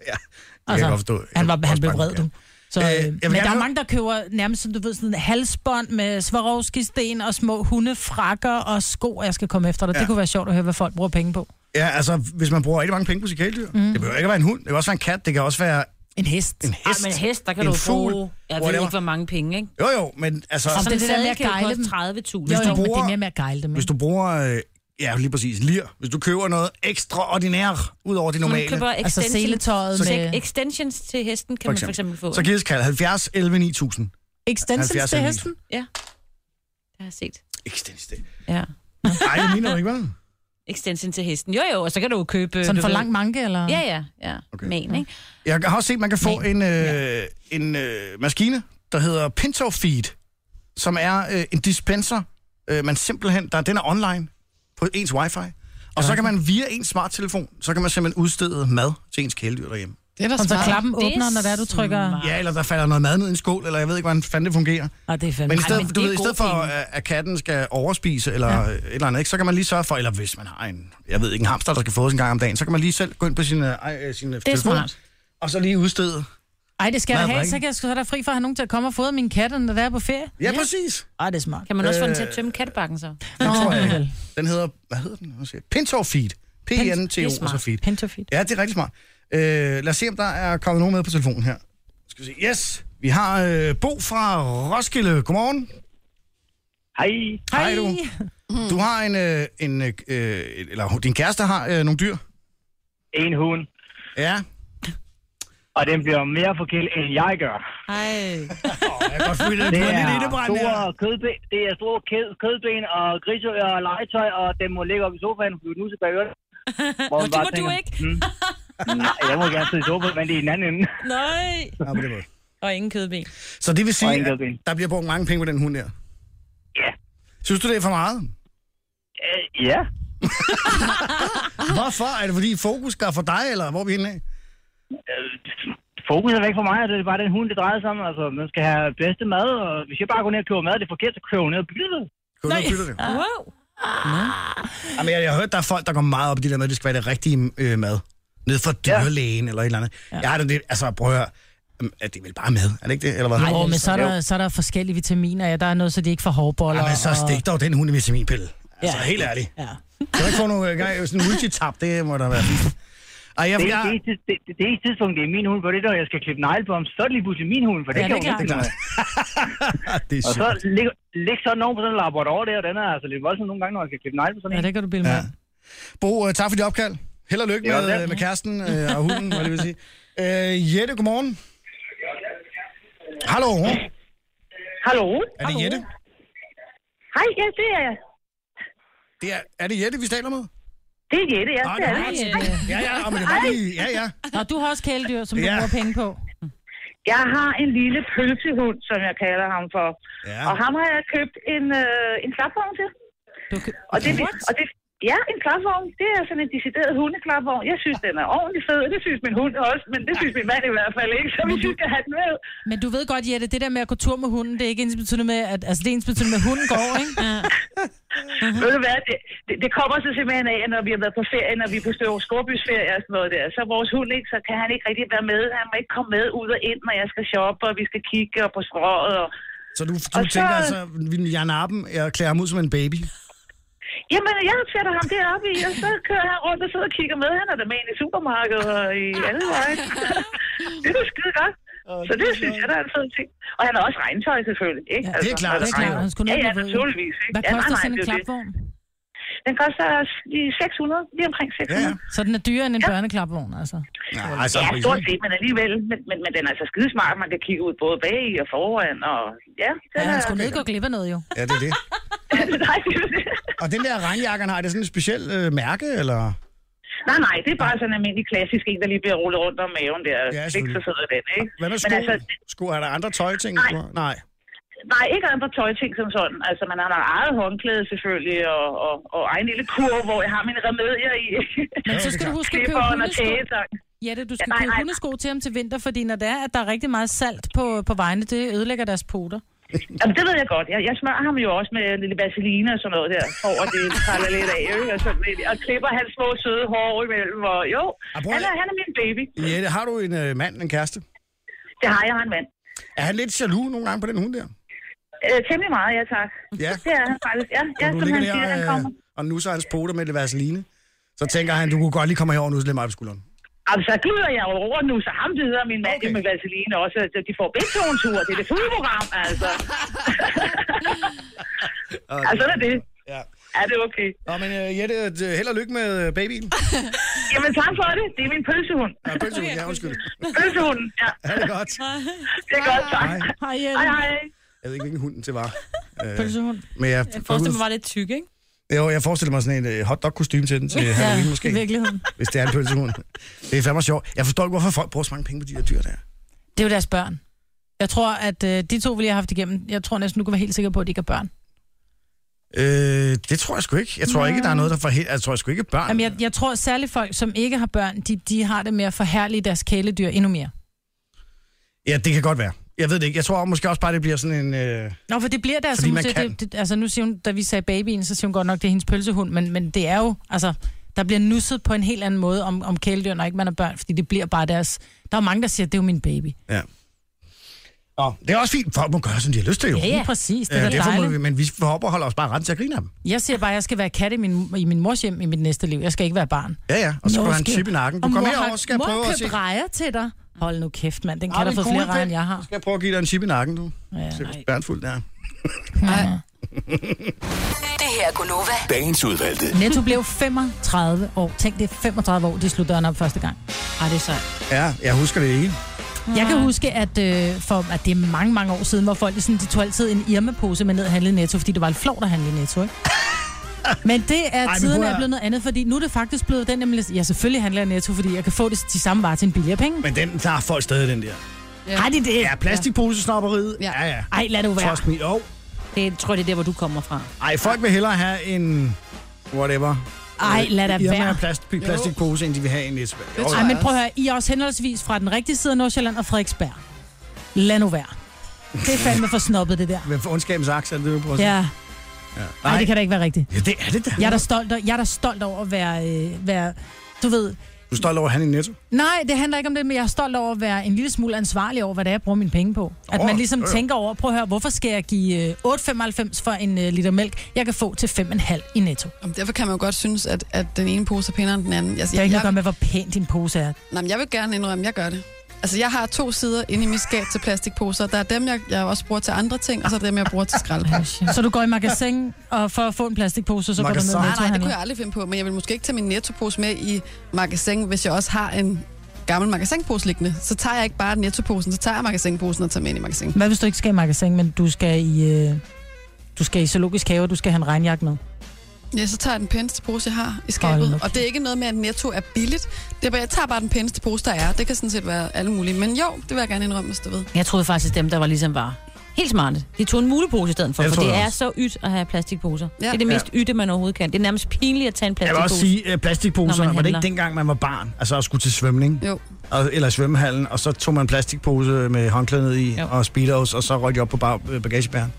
C: Det kan jeg godt forstå. Jeg
F: Altså, han, var,
C: er
F: han
C: også
F: blev
C: bange,
F: vred,
C: ja.
F: du. Så,
C: Øh,
F: øh,
C: jeg vil
F: men
C: gerne
F: der er
C: høre-
F: mange, der køber nærmest, som du ved, sådan en halsbånd med Swarovski-sten og små hundefrakker og sko, og jeg skal komme efter dig. Ja.
C: Ja.
F: Det kunne være sjovt at høre, hvad folk bruger penge på.
C: Ja, altså, hvis man bruger rigtig mange penge på sit kæledyr. Mm. Det behøver ikke at være en hund. Det kan også være en kat. Det kan også være...
F: En hest.
C: En
D: Ej,
C: hest.
D: men hest, der kan
C: en
D: du
C: fugl,
D: bruge... Jeg ved
C: whatever.
D: ikke, hvor mange penge, ikke?
C: Jo, jo, men altså...
D: Som det der med at gejle
F: dem.
D: 30.000.
C: Hvis du
F: Jo, jo, men det
C: bruger-
F: er mere med at gejle dem.
C: Hvis
F: ikke?
C: du bruger... Øh, ja, lige præcis. Lir. Hvis du køber noget ekstraordinært ud over det
D: Når
C: normale.
D: man køber
F: Altså seletøjet
D: så-
F: med-
D: Extensions til hesten kan man for eksempel få.
C: Så
D: ikke?
C: gives kald 70 11 9000.
F: Extensions
C: 70
F: til
C: er
F: hesten?
D: Ja. Det har jeg set.
C: Extens det.
D: Ja.
C: Ej, det mener du ikke, hvad?
D: Extension til hesten. Jo, jo, og så kan du jo
C: Øh,
D: købe...
F: Sådan
D: du
F: for
D: ved-
F: lang manke, eller?
D: Ja, ja, ja. Okay. Men, ikke?
C: Jeg har også set, at man kan få en, øh, ja. en øh, maskine, der hedder Pinto Feed, som er øh, en dispenser. Øh, man simpelthen, der, den er online på ens wifi. Og så kan man via ens smarttelefon, så kan man simpelthen udstede mad til ens kæledyr derhjemme.
E: Det er da
F: Sådan, så
E: smart.
F: klappen
E: Det er
F: åbner, når der du trykker...
C: Ja, eller der falder noget mad ned i en skål, eller jeg ved ikke, hvordan fanden det fungerer.
F: Nej, Ah, det er fandme.
C: Men i
F: Ej,
C: stedet,
F: men
C: du
F: det er
C: ved, i
F: gode
C: stedet for, øh,
F: penge.
C: at at katten skal overspise eller ja. et eller andet, ikke, så kan man lige sørge for, eller hvis man har en, jeg ved ikke, en hamster, der skal fås en gang om dagen, så kan man lige selv gå ind på sin, øh, ej, øh, sin det telefon,
F: smart.
C: og så lige udstede.
F: Ej, det skal jeg
C: Mad
F: da
C: og
F: have,
C: drikke.
F: så kan jeg sgu have dig fri for at have nogen til at komme og fodre mine katte, når der er på ferie.
C: Ja, præcis.
F: Ej, det er smart.
D: Kan man også få den til at
C: Øh,
D: tømme kattebakken så?
C: Det tror jeg ikke. Den hedder, hvad hedder den? Hvad siger jeg? Pinto Feed.
D: Det er
C: P-I-N-T-O, og så
D: smart.
C: feed.
F: Pinto Feed.
C: Ja, det er rigtig smart. Øh, lad os se, om der er kommet nogen med på telefonen her. Skal vi se. Yes, vi har øh, Bo fra Roskilde. Godmorgen.
M: Hej.
C: Hej du. Du har en, øh, en øh, øh, eller din kæreste har øh, nogle dyr?
M: En hund.
C: Ja.
N: Og den bliver mere forkælet, end jeg gør.
D: Ej.
C: jeg kan godt føle, at
N: det
C: du er lidt
N: er
C: indebrændende
N: store kødben, det er store kæd, kødben og griseører og legetøj, og den må ligge op i sofaen, for nu skal jeg ørerne. Hvor man
D: det
N: bare
D: må du ikke.
N: "Hmm, nej, jeg må gerne sidde i sofaen, men det er i den anden ende.
D: Nej.
C: Ja, på den måde.
D: Og ingen kødben.
C: Så det vil
N: Og
C: sige,
N: en
C: at der bliver brugt mange penge på den hund der?
N: Ja.
C: Synes du, det er for meget?
N: Øh, Ja.
C: Hvorfor? Er det fordi fokus går for dig, eller hvor er vi henne af?
N: Øh, Fokus er væk for mig, og det er bare den hund, det drejer sig om. Altså, man skal have bedste mad, og hvis jeg bare går ned og køber mad, det er forkert, så køber jeg ned og bygger det.
C: Køber Nej. og bytter det.
D: Wow.
C: Jamen, jeg, jeg har hørt, der er folk, der går meget op i det der med, at det skal være det rigtige øh, mad. Ned fra dyrlægen ja. eller et eller andet. Ja. Jeg har det lidt, altså prøv at høre, Jamen, er det er vel bare mad, er det ikke det? Eller hvad?
F: Nej, men så er, der, så er der forskellige vitaminer. Ja, der er noget, så de ikke får hårboller.
C: Jamen, så stik dog den hund i vitaminpille. Altså,
F: Ja.
C: ja. helt ærligt.
F: Ja.
C: Kan du ikke få nogle øh, gang- sådan en multitap, det må der være. Ej, jeg,
N: det,
C: jeg,
N: er det, eneste- det, det, det eneste tidspunkt, det er min hund, hvor det er, når jeg skal klippe negle på ham, så er det lige pludselig min hund, for det
C: Ja,
N: kan
C: det er
N: hun ikke.
C: klart. Ah, det er
N: Og så
C: sjovt.
N: ligge lig sådan oven på sådan en labrador der, den er altså lidt voldsom nogle gange, når jeg skal klippe negle på sådan en.
F: Ja, det kan du bilde mig.
C: Ja. Bo, øh, tak for dit opkald. Held og lykke
N: Det var
C: med,
N: det.
C: med kæresten øh, og hunden, hvad det vil sige. Øh, Jette, godmorgen. Hallo.
J: Hallo.
C: Er det Jette?
J: Hej, ja, det er jeg.
C: Det er, er det Jette, vi taler med?
J: Det er Jette, ja.
C: Ah,
J: det er
C: nej,
J: det.
C: Jette. Ja, ja, ah, men det var lige- ja, ja.
F: Nå, du har også kæledyr, som du
C: Ja.
F: bruger penge på.
J: Jeg har en lille pølsehund, som jeg kalder ham for.
C: Ja.
J: Og ham har jeg købt en, øh, en klapvogn til. og det, og det, ja, en klapvogn. Det er sådan en decideret hundeklapvogn. Jeg synes, den er ordentlig fed. Det synes min hund også, men det synes min mand i hvert fald ikke. Så vi synes, skal have den med.
F: Men du ved godt, Jette, det der med at gå tur med hunden, det er ikke ens betydende med, at, altså det er ens betydende med, at hunden går, ikke? Ja.
J: Ved du hvad, det, det, det kommer så simpelthen af, at når vi har været på ferie, når vi er på Støv- Storbysferie og sådan noget der, så er vores hund ikke, så kan han ikke rigtig være med. Han må ikke komme med ud og ind, når jeg skal shoppe, og vi skal kigge og på strået. Og...
C: Så du,
J: Og
C: du
J: så-
C: tænker altså, vil jeg nappe dem, jeg klæder ham ud som en baby?
J: Jamen, jeg sætter ham deroppe i, og så kører han rundt og sidder og kigger med. Han er der med ind i supermarkedet og i alle veje. det er da skide godt. Så det synes jeg, der er en fed ting. Og han har også regntøj selvfølgelig, ikke?
F: Ja, det er klart,
J: altså,
F: det er klart. Han skulle
J: ja,
F: nok
J: ja,
F: have været-
J: naturligvis. Ikke?
F: Hvad
J: ja,
F: koster
J: nej,
F: sådan en
J: det er jo det.
F: klapvogn?
J: Den koster lige 600, lige omkring 600.
F: Så den er dyrere end en børneklapvogn, altså.
C: Nej,
J: ja, stort set, men alligevel. Men, men, men den er altså skidesmart. Man kan kigge ud både bag og foran. Og, ja, den
F: Ja,
J: er...
F: han skulle nødt gå glip af noget, jo.
C: Ja, det er det.
J: Nej, det er det.
C: Og den der regnjakke, han har, er det sådan et specielt øh, mærke, eller?
J: nej, nej, det er bare sådan en almindelig klassisk en, der lige bliver rullet rundt om maven der. Ja, så sidder den, ikke?
C: Hvad med sko?
J: Men altså,
C: sko? Er der andre tøjting?
J: Nej.
C: du har? Nej.
J: nej, ikke andre tøjting som sådan. Altså, man har noget eget håndklæde selvfølgelig, og, og, og egen lille kur, hvor jeg har mine remedier i.
F: Men så skal du huske at købe
J: Klipperen og
F: hundesko.
J: tægetang.
F: Jette, du skal
J: Ja, nej,
F: købe
J: nej.
F: hundesko til ham til vinter, fordi når det er, at der er rigtig meget salt på, på vejene, det ødelægger deres poter.
J: Jamen, det ved jeg godt. Jeg, jeg smører ham jo også med en lille vaseline og sådan noget der, for at det falder lidt af, ikke? og, sådan, lidt. og klipper hans små søde hår imellem, og jo, han er, han er min baby.
C: Jette, har du en øh, mand, en kæreste?
J: Det har jeg, jeg har en mand.
C: Er han lidt jaloux nogle gange på den hund der?
J: Øh, temmelig meget, ja tak.
C: Ja.
J: Det er han faktisk. Ja, ja
C: Når du
J: som
C: ligger
J: han siger, han
C: der
J: kommer.
C: øh, og nusser hans pote med det vaseline, så tænker han, du kunne godt lige komme herover og nusse lidt meget på skulderen.
J: Altså, så glider jeg jo over nu, så ham videre min mand okay. med vaseline også. Så De får begge to en tur. Det er det fulde program, altså.
C: Og-
J: altså, sådan er det.
C: Ja.
J: Er det er okay?
C: Nå, men uh, Jette, øh, held og lykke med øh, babyen.
J: Jamen, tak for det. Det er min pølsehund.
C: Ja, pølsehund, ja, undskyld.
J: Pølsehunden, ja.
C: Ha' det godt.
J: Det er godt, tak.
C: Hej.
F: Hej,
J: Hej, hej.
C: Jeg ved ikke, hvilken hund det var. Øh,
F: Pølsehund.
C: Men jeg,
D: Jeg forestiller mig bare lidt tyk, ikke?
C: Jo, jeg forestiller mig sådan en øh, hotdog-kostyme til den, til Halloween måske.
F: i virkeligheden.
C: Hvis det er en pølsehund. Det er fandme sjovt. Jeg forstår ikke, hvorfor folk bruger så mange penge på de der dyr der.
F: Det er jo deres børn. Jeg tror, at øh, de to ville jeg have haft igennem. Jeg tror næsten, du kan være helt sikker på, at de ikke er børn.
C: Øh, det tror jeg sgu ikke. Jeg tror ikke, der er noget, der får helt... Jeg tror sgu ikke, børn...
F: Jamen, jeg, jeg tror særligt folk, som ikke har børn, de, de har det med at forhærlige deres kæledyr endnu mere.
C: Ja, det kan godt være. Jeg ved det ikke. Jeg tror måske også bare, det bliver sådan en... Øh...
F: Nå, for det bliver det, altså,
C: Fordi
F: hun
C: man
F: siger,
C: kan.
F: det, det, altså nu siger hun, da vi sagde babyen, så siger hun godt nok, det er hendes pølsehund, men, men det er jo, altså, der bliver nusset på en helt anden måde om, om kæledyr, når ikke man er børn, fordi det bliver bare deres, der er jo mange, der siger, det er jo min baby.
C: Ja. Nå, det er også fint. Folk må gøre, som de har lyst til, jo.
F: Ja, ja. Præcis, det er da
C: derfor må
F: dejligt.
C: vi, men vi forbeholder os bare ret til at grine af dem.
F: Jeg siger bare, at jeg skal være kat i min, i min mors hjem i mit næste liv. Jeg skal ikke være barn.
C: Ja, ja. Og så
F: Nå,
C: får han
F: skal-
C: chip i nakken. Du
F: Og
C: kommer
F: mor
C: herover,
F: har-
C: skal jeg
F: mor
C: prøve at
F: købt
C: se...
F: rejer til dig. Hold nu kæft, mand. Den
C: Nå,
F: kan da
C: det
F: få
C: er
F: flere
C: gode
F: rejer,
C: pæl.
F: end jeg har.
C: Skal jeg prøve at give dig en chip i nakken, du?
F: Ja,
C: Ja, Bernfuld, der.
F: Nej.
B: Det her er Gunova.
H: Dagens udvalgte.
F: Netto blev 35 år. Tænk, det er 35 år, de slog døren op første gang. Ej, det er sejt.
C: Ja, jeg husker det ikke.
F: Jeg kan huske, at, øh, for, at det er mange, mange år siden, hvor folk sådan, de tog altid en Irma-pose med ned og handlede i Netto, fordi det var lidt flot at handle i Netto, ikke? Men det er
O: men
F: tiden
O: prøv
F: er
O: at-
F: blevet noget andet, fordi nu er det faktisk blevet den, nemlig, ja, selvfølgelig handler jeg i Netto, fordi jeg kan få det, de samme varer til en billigere penge.
C: Men den tager folk stadig, den der.
F: Ja. Har de det?
C: Ja, plastikposesnopperiet.
F: Ja.
C: Ja, ja.
F: Ej, lad det være.
C: Trust me. Oh.
D: Det tror jeg, det er der, hvor du kommer fra.
C: Ej, folk vil hellere have en whatever.
F: Ej, lad da
C: Irma
F: være.
C: er Plast,
F: Jo.
C: plastikpose, end de vil have en Netto.
F: Ej, men prøv at høre, I er også henholdsvis fra den rigtige side af Nordsjælland og Frederiksberg. Lad nu være. Det er fandme for snobbet, det der.
C: Hvem for ondskabens akse, er det det, du prøver at sige?
F: Ja.
C: ja.
F: Nej, det kan da ikke være rigtigt.
C: Ja, det er det da.
F: Jeg er da stolt, over- jeg er da stolt over at være, øh, være... Du ved...
C: Du står over at have en Netto.
F: Nej, det handler ikke om det, men jeg er stolt over at være en lille smule ansvarlig over, hvad det er, jeg bruger mine penge på. At
C: Åh,
F: man ligesom
C: jo, jo.
F: tænker over, prøv at høre, hvorfor skal jeg give øh, 8,95 for en øh, liter mælk, jeg kan få til 5,5 i netto?
E: Jamen, derfor kan man jo godt synes, at, at den ene pose er pænere end den anden. Altså,
F: Det er ikke noget at gøre med, hvor pæn din pose er.
E: Nej, men jeg vil gerne indrømme, at jeg gør det. Altså, jeg har to sider inde i mit skab til plastikposer. Der er dem, jeg, jeg også bruger til andre ting, og så er dem, jeg bruger til skrald.
F: Så du går i magasin og for at få en plastikpose, så går du ned i
E: Nej, nej, det
F: Netto-handlen?
E: kunne jeg aldrig finde på, men jeg vil måske ikke tage min nettopose med i magasin, hvis jeg også har en gammel magasinpose liggende. Så tager jeg ikke bare nettoposen, så tager jeg magasinposen og tager med ind i magasin.
F: Hvad hvis du ikke skal i magasin, men du skal i, øh, du skal i zoologisk have, og du skal have en regnjakke med?
E: Ja, så tager jeg den pæneste pose, jeg har i
F: Hold
E: skabet.
F: nu
E: Og det er ikke noget med, at netto er billigt. Det er bare, jeg tager bare den pæneste pose, der er. Det kan sådan set være alle mulige. Men jo, det vil jeg gerne indrømme, hvis du ved.
D: Jeg troede faktisk, dem, der var ligesom var helt smarte, de tog en mulepose i stedet for,
C: Jeg
D: for
C: tror
D: det
C: jeg
D: er
C: også.
D: så ydt at have plastikposer.
E: Ja.
D: Det er det mest ytte, man overhovedet kan. Det er nærmest pinligt at tage en
C: Jeg vil
D: plastikpose.
C: også sige, øh,
D: når
C: plastikposer,
D: man
C: var det ikke
D: handler.
C: dengang, man var barn, altså og skulle til svømning?
E: Jo.
C: Og, eller i svømmehallen, og så tog man en plastikpose med håndklæde ned i, jo. og speedos, og så røg de op på bag, øh, bagagebæren.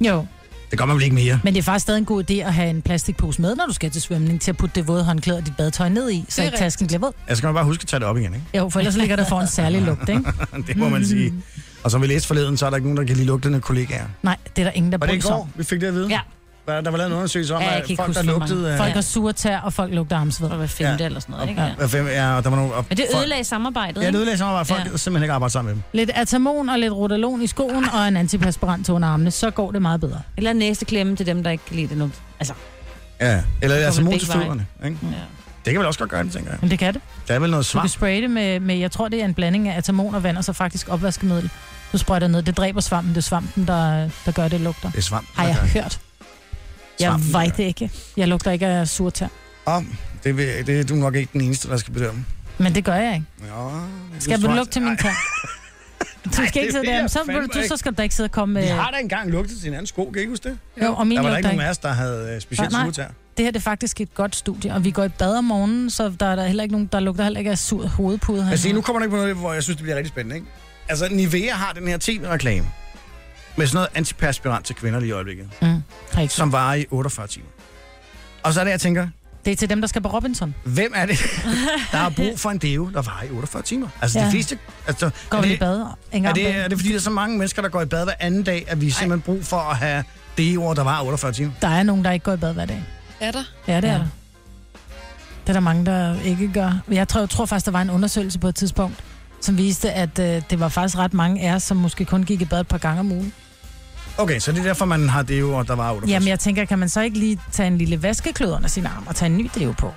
F: Jo,
C: Det gør man vel ikke mere?
F: men det er faktisk stadig en god idé at have en plastikpose med, når du skal til svømning, til at putte det våde håndklæde og dit badetøj ned i, så
C: er
F: ikke tasken bliver våd.
C: Altså kan man bare huske at tage det op igen, ikke?
F: Jo, for ellers ligger der for en særlig lugt, ikke?
C: det må man sige. Og som vi læste forleden, så er der ikke nogen, der kan lide lugtende kollegaer.
F: Nej, det er der ingen, der
C: Var det i
F: bryder sig
C: går,
F: om.
C: vi fik det at vide?
F: Ja.
C: Der, der var lavet en undersøgelse om,
F: Ja, jeg
C: at
F: kan ikke
C: folk,
F: huske,
C: der
F: hvor
C: lugtede... øh,
F: mange.
C: af-
F: Folk er sure tær, og folk lugter hamsved. Og hvad
D: femte eller sådan noget, ikke? Ja.
C: Hvad fanden- Ja, og der var nogle... og
D: Men det
C: folk-
D: ødelagde samarbejdet,
C: Ja, det
D: ikke?
C: ødelagde samarbejdet. Folk
D: Ja.
C: gider simpelthen ikke arbejde sammen med dem.
F: Lidt atamon og lidt rotalon i skoen og en antiperspirant til under armene, så går det meget bedre.
D: Eller næste klemme til dem, der ikke kan lide det lugt. Altså,
C: Ja, eller
D: Så går
C: altså
D: det
C: mod til
D: begge veje.
C: fødderne. Ikke? Ja. Det kan vel også godt gøre det, tænker jeg.
F: Men det kan det.
C: Der er vel noget
F: Du
C: svar.
F: kan spraye det med, med, jeg tror, det er en blanding af atamon og vand, og så faktisk opvaskemiddel. Du sprøjter ned. Det dræber svampen. Det er svampen, der, der gør det lugter.
C: Det er svamp.
F: Har jeg
C: der gør det.
F: hørt. Jeg
C: Svampen, der
F: ved
C: gør
F: det ikke. Jeg lugter ikke af surtær.
C: Om, det, vil, det er du nok ikke den eneste, der skal bedømme.
F: Men det gør jeg ikke.
C: Ja, det
F: Skal
C: tror
F: du
C: jeg-
F: lugte til min tær? Du
C: Ej,
F: skal
C: det
F: ikke sidde
C: vil
F: der.
C: jeg
F: Men Så,
C: fandme
F: vil du, så
C: ikke.
F: skal du da ikke sidde og komme med...
C: Vi har da engang lugtet til hinandens sko, kan I ikke huske det?
F: Jo, og min
C: der var der
F: lugter
C: ikke nogen
F: ikke.
C: af os, der havde øh, specielt
F: Nej, nej.
C: surtær.
F: Det her det er faktisk et godt studie, og vi går i bad om morgenen, så der er der heller ikke nogen, der lugter heller ikke af sur
C: Men se,
F: hovedpude. herinde.
C: Altså, nu kommer der ikke på noget, hvor jeg synes, det bliver rigtig spændende, ikke? Altså, Nivea har den her tv-reklame med sådan noget antiperspirant til kvinder lige i øjeblikket,
F: Mm, har ikke.
C: som varer i 48 timer. Og så er det, jeg tænker,
F: Det er til dem, der skal på Robinson.
C: hvem er det, der har brug for en deo, der varer i 48 timer? Altså, ja.
F: Ja.
C: de fleste... Altså,
F: Går
C: er
F: vi
C: det-
F: i bad en gang
C: Er
F: om
C: det,
F: dagen?
C: er det fordi, der er så mange mennesker, der går i bad hver anden dag, at vi simpelthen brug for at have det ord, der var 48 timer?
F: Der er nogen, der ikke går i bad hver dag.
E: Er der?
F: Ja, det ja. er der. Det er der mange, der ikke gør. Men Jeg tror, jeg tror faktisk, der var en undersøgelse på et tidspunkt, som viste, at øh, det var faktisk ret mange af os, som måske kun gik i bad et par gange om ugen.
C: Okay, så det er derfor, man har det ord, der var 48
F: Jamen, jeg tænker, kan man så ikke lige tage en lille vaskeklød under sin arm og tage en ny deo på?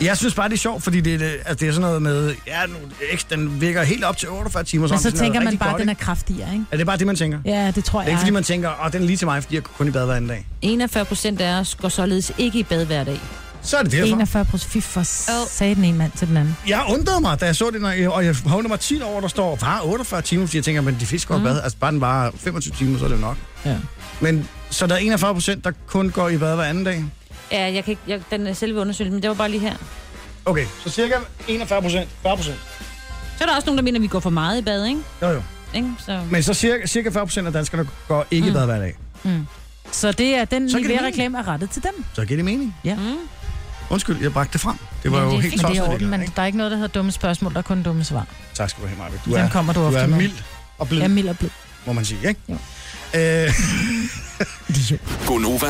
C: Jeg synes bare, det er sjovt, fordi det, det, altså, det er sådan noget med, ja, nu, ikke, den virker helt op til 48 timer.
F: Men så
C: det er sådan
F: tænker
C: noget
F: man
C: rigtig
F: bare, at
C: godt,
F: den er
C: ikke?
F: kraftigere, ikke?
C: Er det bare det, man tænker?
F: Ja, det tror
C: Det er
F: jeg.
C: ikke, fordi man tænker, åh, den er lige til mig, fordi jeg kun i bad hver anden dag.
D: 41 procent af os går således ikke i bad hver dag.
C: Så er det derfor.
F: 41 procent. Fy for sagde den ene mand til den anden.
C: Jeg undrede mig, da jeg så det, når jeg, og jeg har undret mig tit over, der står, var 48 timer, fordi jeg tænker, men de fisk går i
F: Mm.
C: bad. Altså, bare den var 25 timer, så er det jo nok.
F: Ja.
C: Men så der er 41 procent, der kun går i bad hver anden dag.
D: Ja, jeg kan ikke, jeg, den er selve undersøgelse, men det var bare lige her.
C: Okay, så cirka 41 procent, 40 procent.
D: Så er der også nogen, der mener, at vi går for meget i bad, ikke?
C: Jo, jo.
D: ikke? Så...
C: Men så cirka, cirka 40 procent af danskerne går ikke mm. i bad hver dag.
F: Mm. Så det er den
C: Så giver det
F: nivea reklame er rettet til dem.
C: Så giver det mening.
F: Ja.
D: Mm.
C: Undskyld, jeg bragte det frem. Det var
F: Jamen,
C: jo
F: er
C: helt
F: fint. Men det
C: tosset.
F: er
C: det
F: orden,
C: der,
F: men
C: ikke?
F: der er ikke noget, der hedder dumme spørgsmål, der er kun dumme svar.
C: Tak skal du have, Marvind.
F: Dem kommer du
C: du
F: ofte
C: er
F: med.
C: mild og blid.
F: Jeg er mild og blid.
C: Må man sige, ikke?
F: Jo.
C: Øh,
H: Gonova.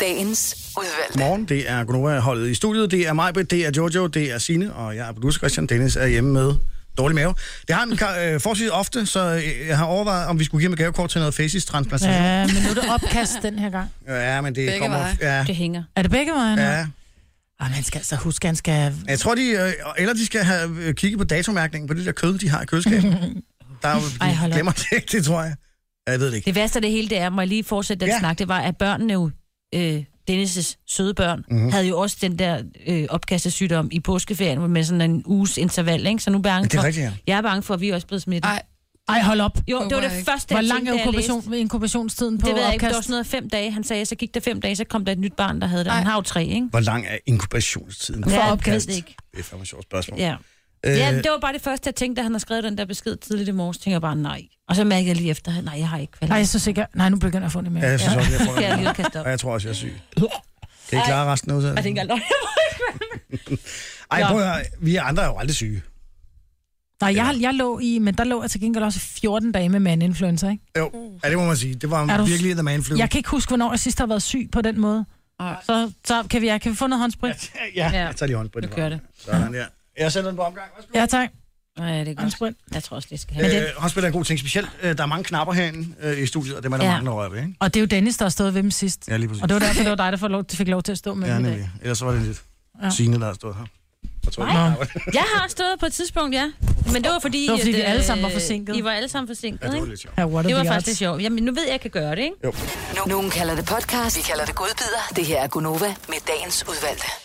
B: Dagens udvalgte.
C: morgen, det er Gunova-holdet i studiet. Det er mig, det er Jojo, det er Sine og jeg er producer Christian Dennis er hjemme med dårlig mave. Det har han ka- øh, forholdsvis ofte, så øh, jeg har overvejet, om vi skulle give ham et gavekort til noget faces-transplantation.
F: Ja, men nu er det opkast den her gang.
C: ja, men det kommer... Ja.
D: Det hænger.
F: Er det begge veje?
C: Ja.
F: Og man skal altså huske, han skal...
C: Jeg tror, de... Øh, eller de skal have øh, kigget på datomærkningen på det der kød, de har i køleskabet. der er jo...
D: Ej,
C: Ej,
D: hold op.
C: glemmer det ikke, det tror jeg. Ja, Jeg ved det ikke.
D: Det værste af det hele, det er, må jeg lige fortsætte den ja. snak, det var, at børnene jo, øh, Dennis' søde børn,
C: Mhm.
D: mm-hmm. havde jo også den der øh, opkastesygdom i påskeferien med sådan en uges interval, ikke? Så nu er jeg bange
F: Men det er
D: for,
F: rigtigt, ja.
D: Jeg er bange for, at vi også er blevet smittet. Ej.
F: Ej, hold op.
D: Jo, det var det første,
F: Hvor
D: jeg
F: lang
D: tænkte,
F: er
D: da jeg læste.
F: inkubation, inkubationstiden på
D: Det ved jeg
F: opkast?
D: ikke, det var sådan noget fem dage. Han sagde, så gik der fem dage, så kom der et nyt barn, der havde det. Han har jo tre, ikke?
C: Hvor lang er inkubationstiden?
D: Ja,
C: for
D: jeg ved
C: opkast?
D: det ikke.
C: Det er fandme et sjovt spørgsmål.
D: Ja. Øh... ja, det var bare det første, jeg tænkte, da han har skrevet den der besked tidligt i morges. Tænker jeg bare, nej. Og så mærkede jeg lige efter, nej, jeg har ikke kvalitet.
F: Nej, jeg synes ikke... Nej, nu begynder jeg at få det med.
C: Ja, jeg synes også, jeg får
D: Skal jeg lige kaste op?
C: Og jeg tror også, jeg er syg. Kan I klare resten af
D: Jeg
C: udsendelsen?
D: tænker, nej,
C: Ej,
F: Nå.
C: prøv at høre, vi andre er jo aldrig syge.
F: Nej, jeg, jeg lå i... Men der lå jeg til gengæld også 14 dage med mandinfluenza, ikke?
C: Jo, ja, det må man sige. Det var
F: Mm. Er du-
C: virkelig en af manflyver.
F: Jeg kan ikke huske, hvornår jeg sidst har været syg på den måde. Så, så kan, vi, ja, kan vi få noget håndsprit?
C: Ja, ja. jeg tager lige håndbrit.
F: Du gør det.
C: Sådan der. Jeg sender den på omgang.
F: Ja, tak.
D: Nej, det er godt.
F: Håndsprit.
D: Jeg tror også, det skal
C: Men
D: have.
C: det... øh, håndsprit er en god ting. Specielt, øh, der er mange knapper herinde øh, i studiet, og det er man der
F: Ja.
C: ja. mange, der rører ved, ikke?
F: Og det er jo Dennis, der har stået ved dem sidst.
C: Ja, lige præcis.
F: Og det var derfor, det var dig, der fik lov, fik lov til at stå med
C: Ja,
F: dem i dag.
C: nemlig. Ellers så var det lidt
F: Ja.
C: ja. Signe, der har stået her. Jeg tror,
D: Nej.
C: Nej.
F: Øh.
D: Jeg har stået på et tidspunkt, ja. Men det var fordi,
F: Det var, fordi
D: at,
F: vi alle
D: øh,
F: sammen var forsinket.
D: I var alle sammen forsinket,
F: Ja, det var
D: ikke?
F: lidt sjovt. Ja, what are
D: det var
F: the
D: faktisk
F: odds?
D: lidt sjovt. Jamen, nu ved jeg, at jeg kan gøre det, ikke?
C: Jo.
B: Nogen kalder det podcast, vi kalder det godbider. Det her er Gunova med dagens udvalgte.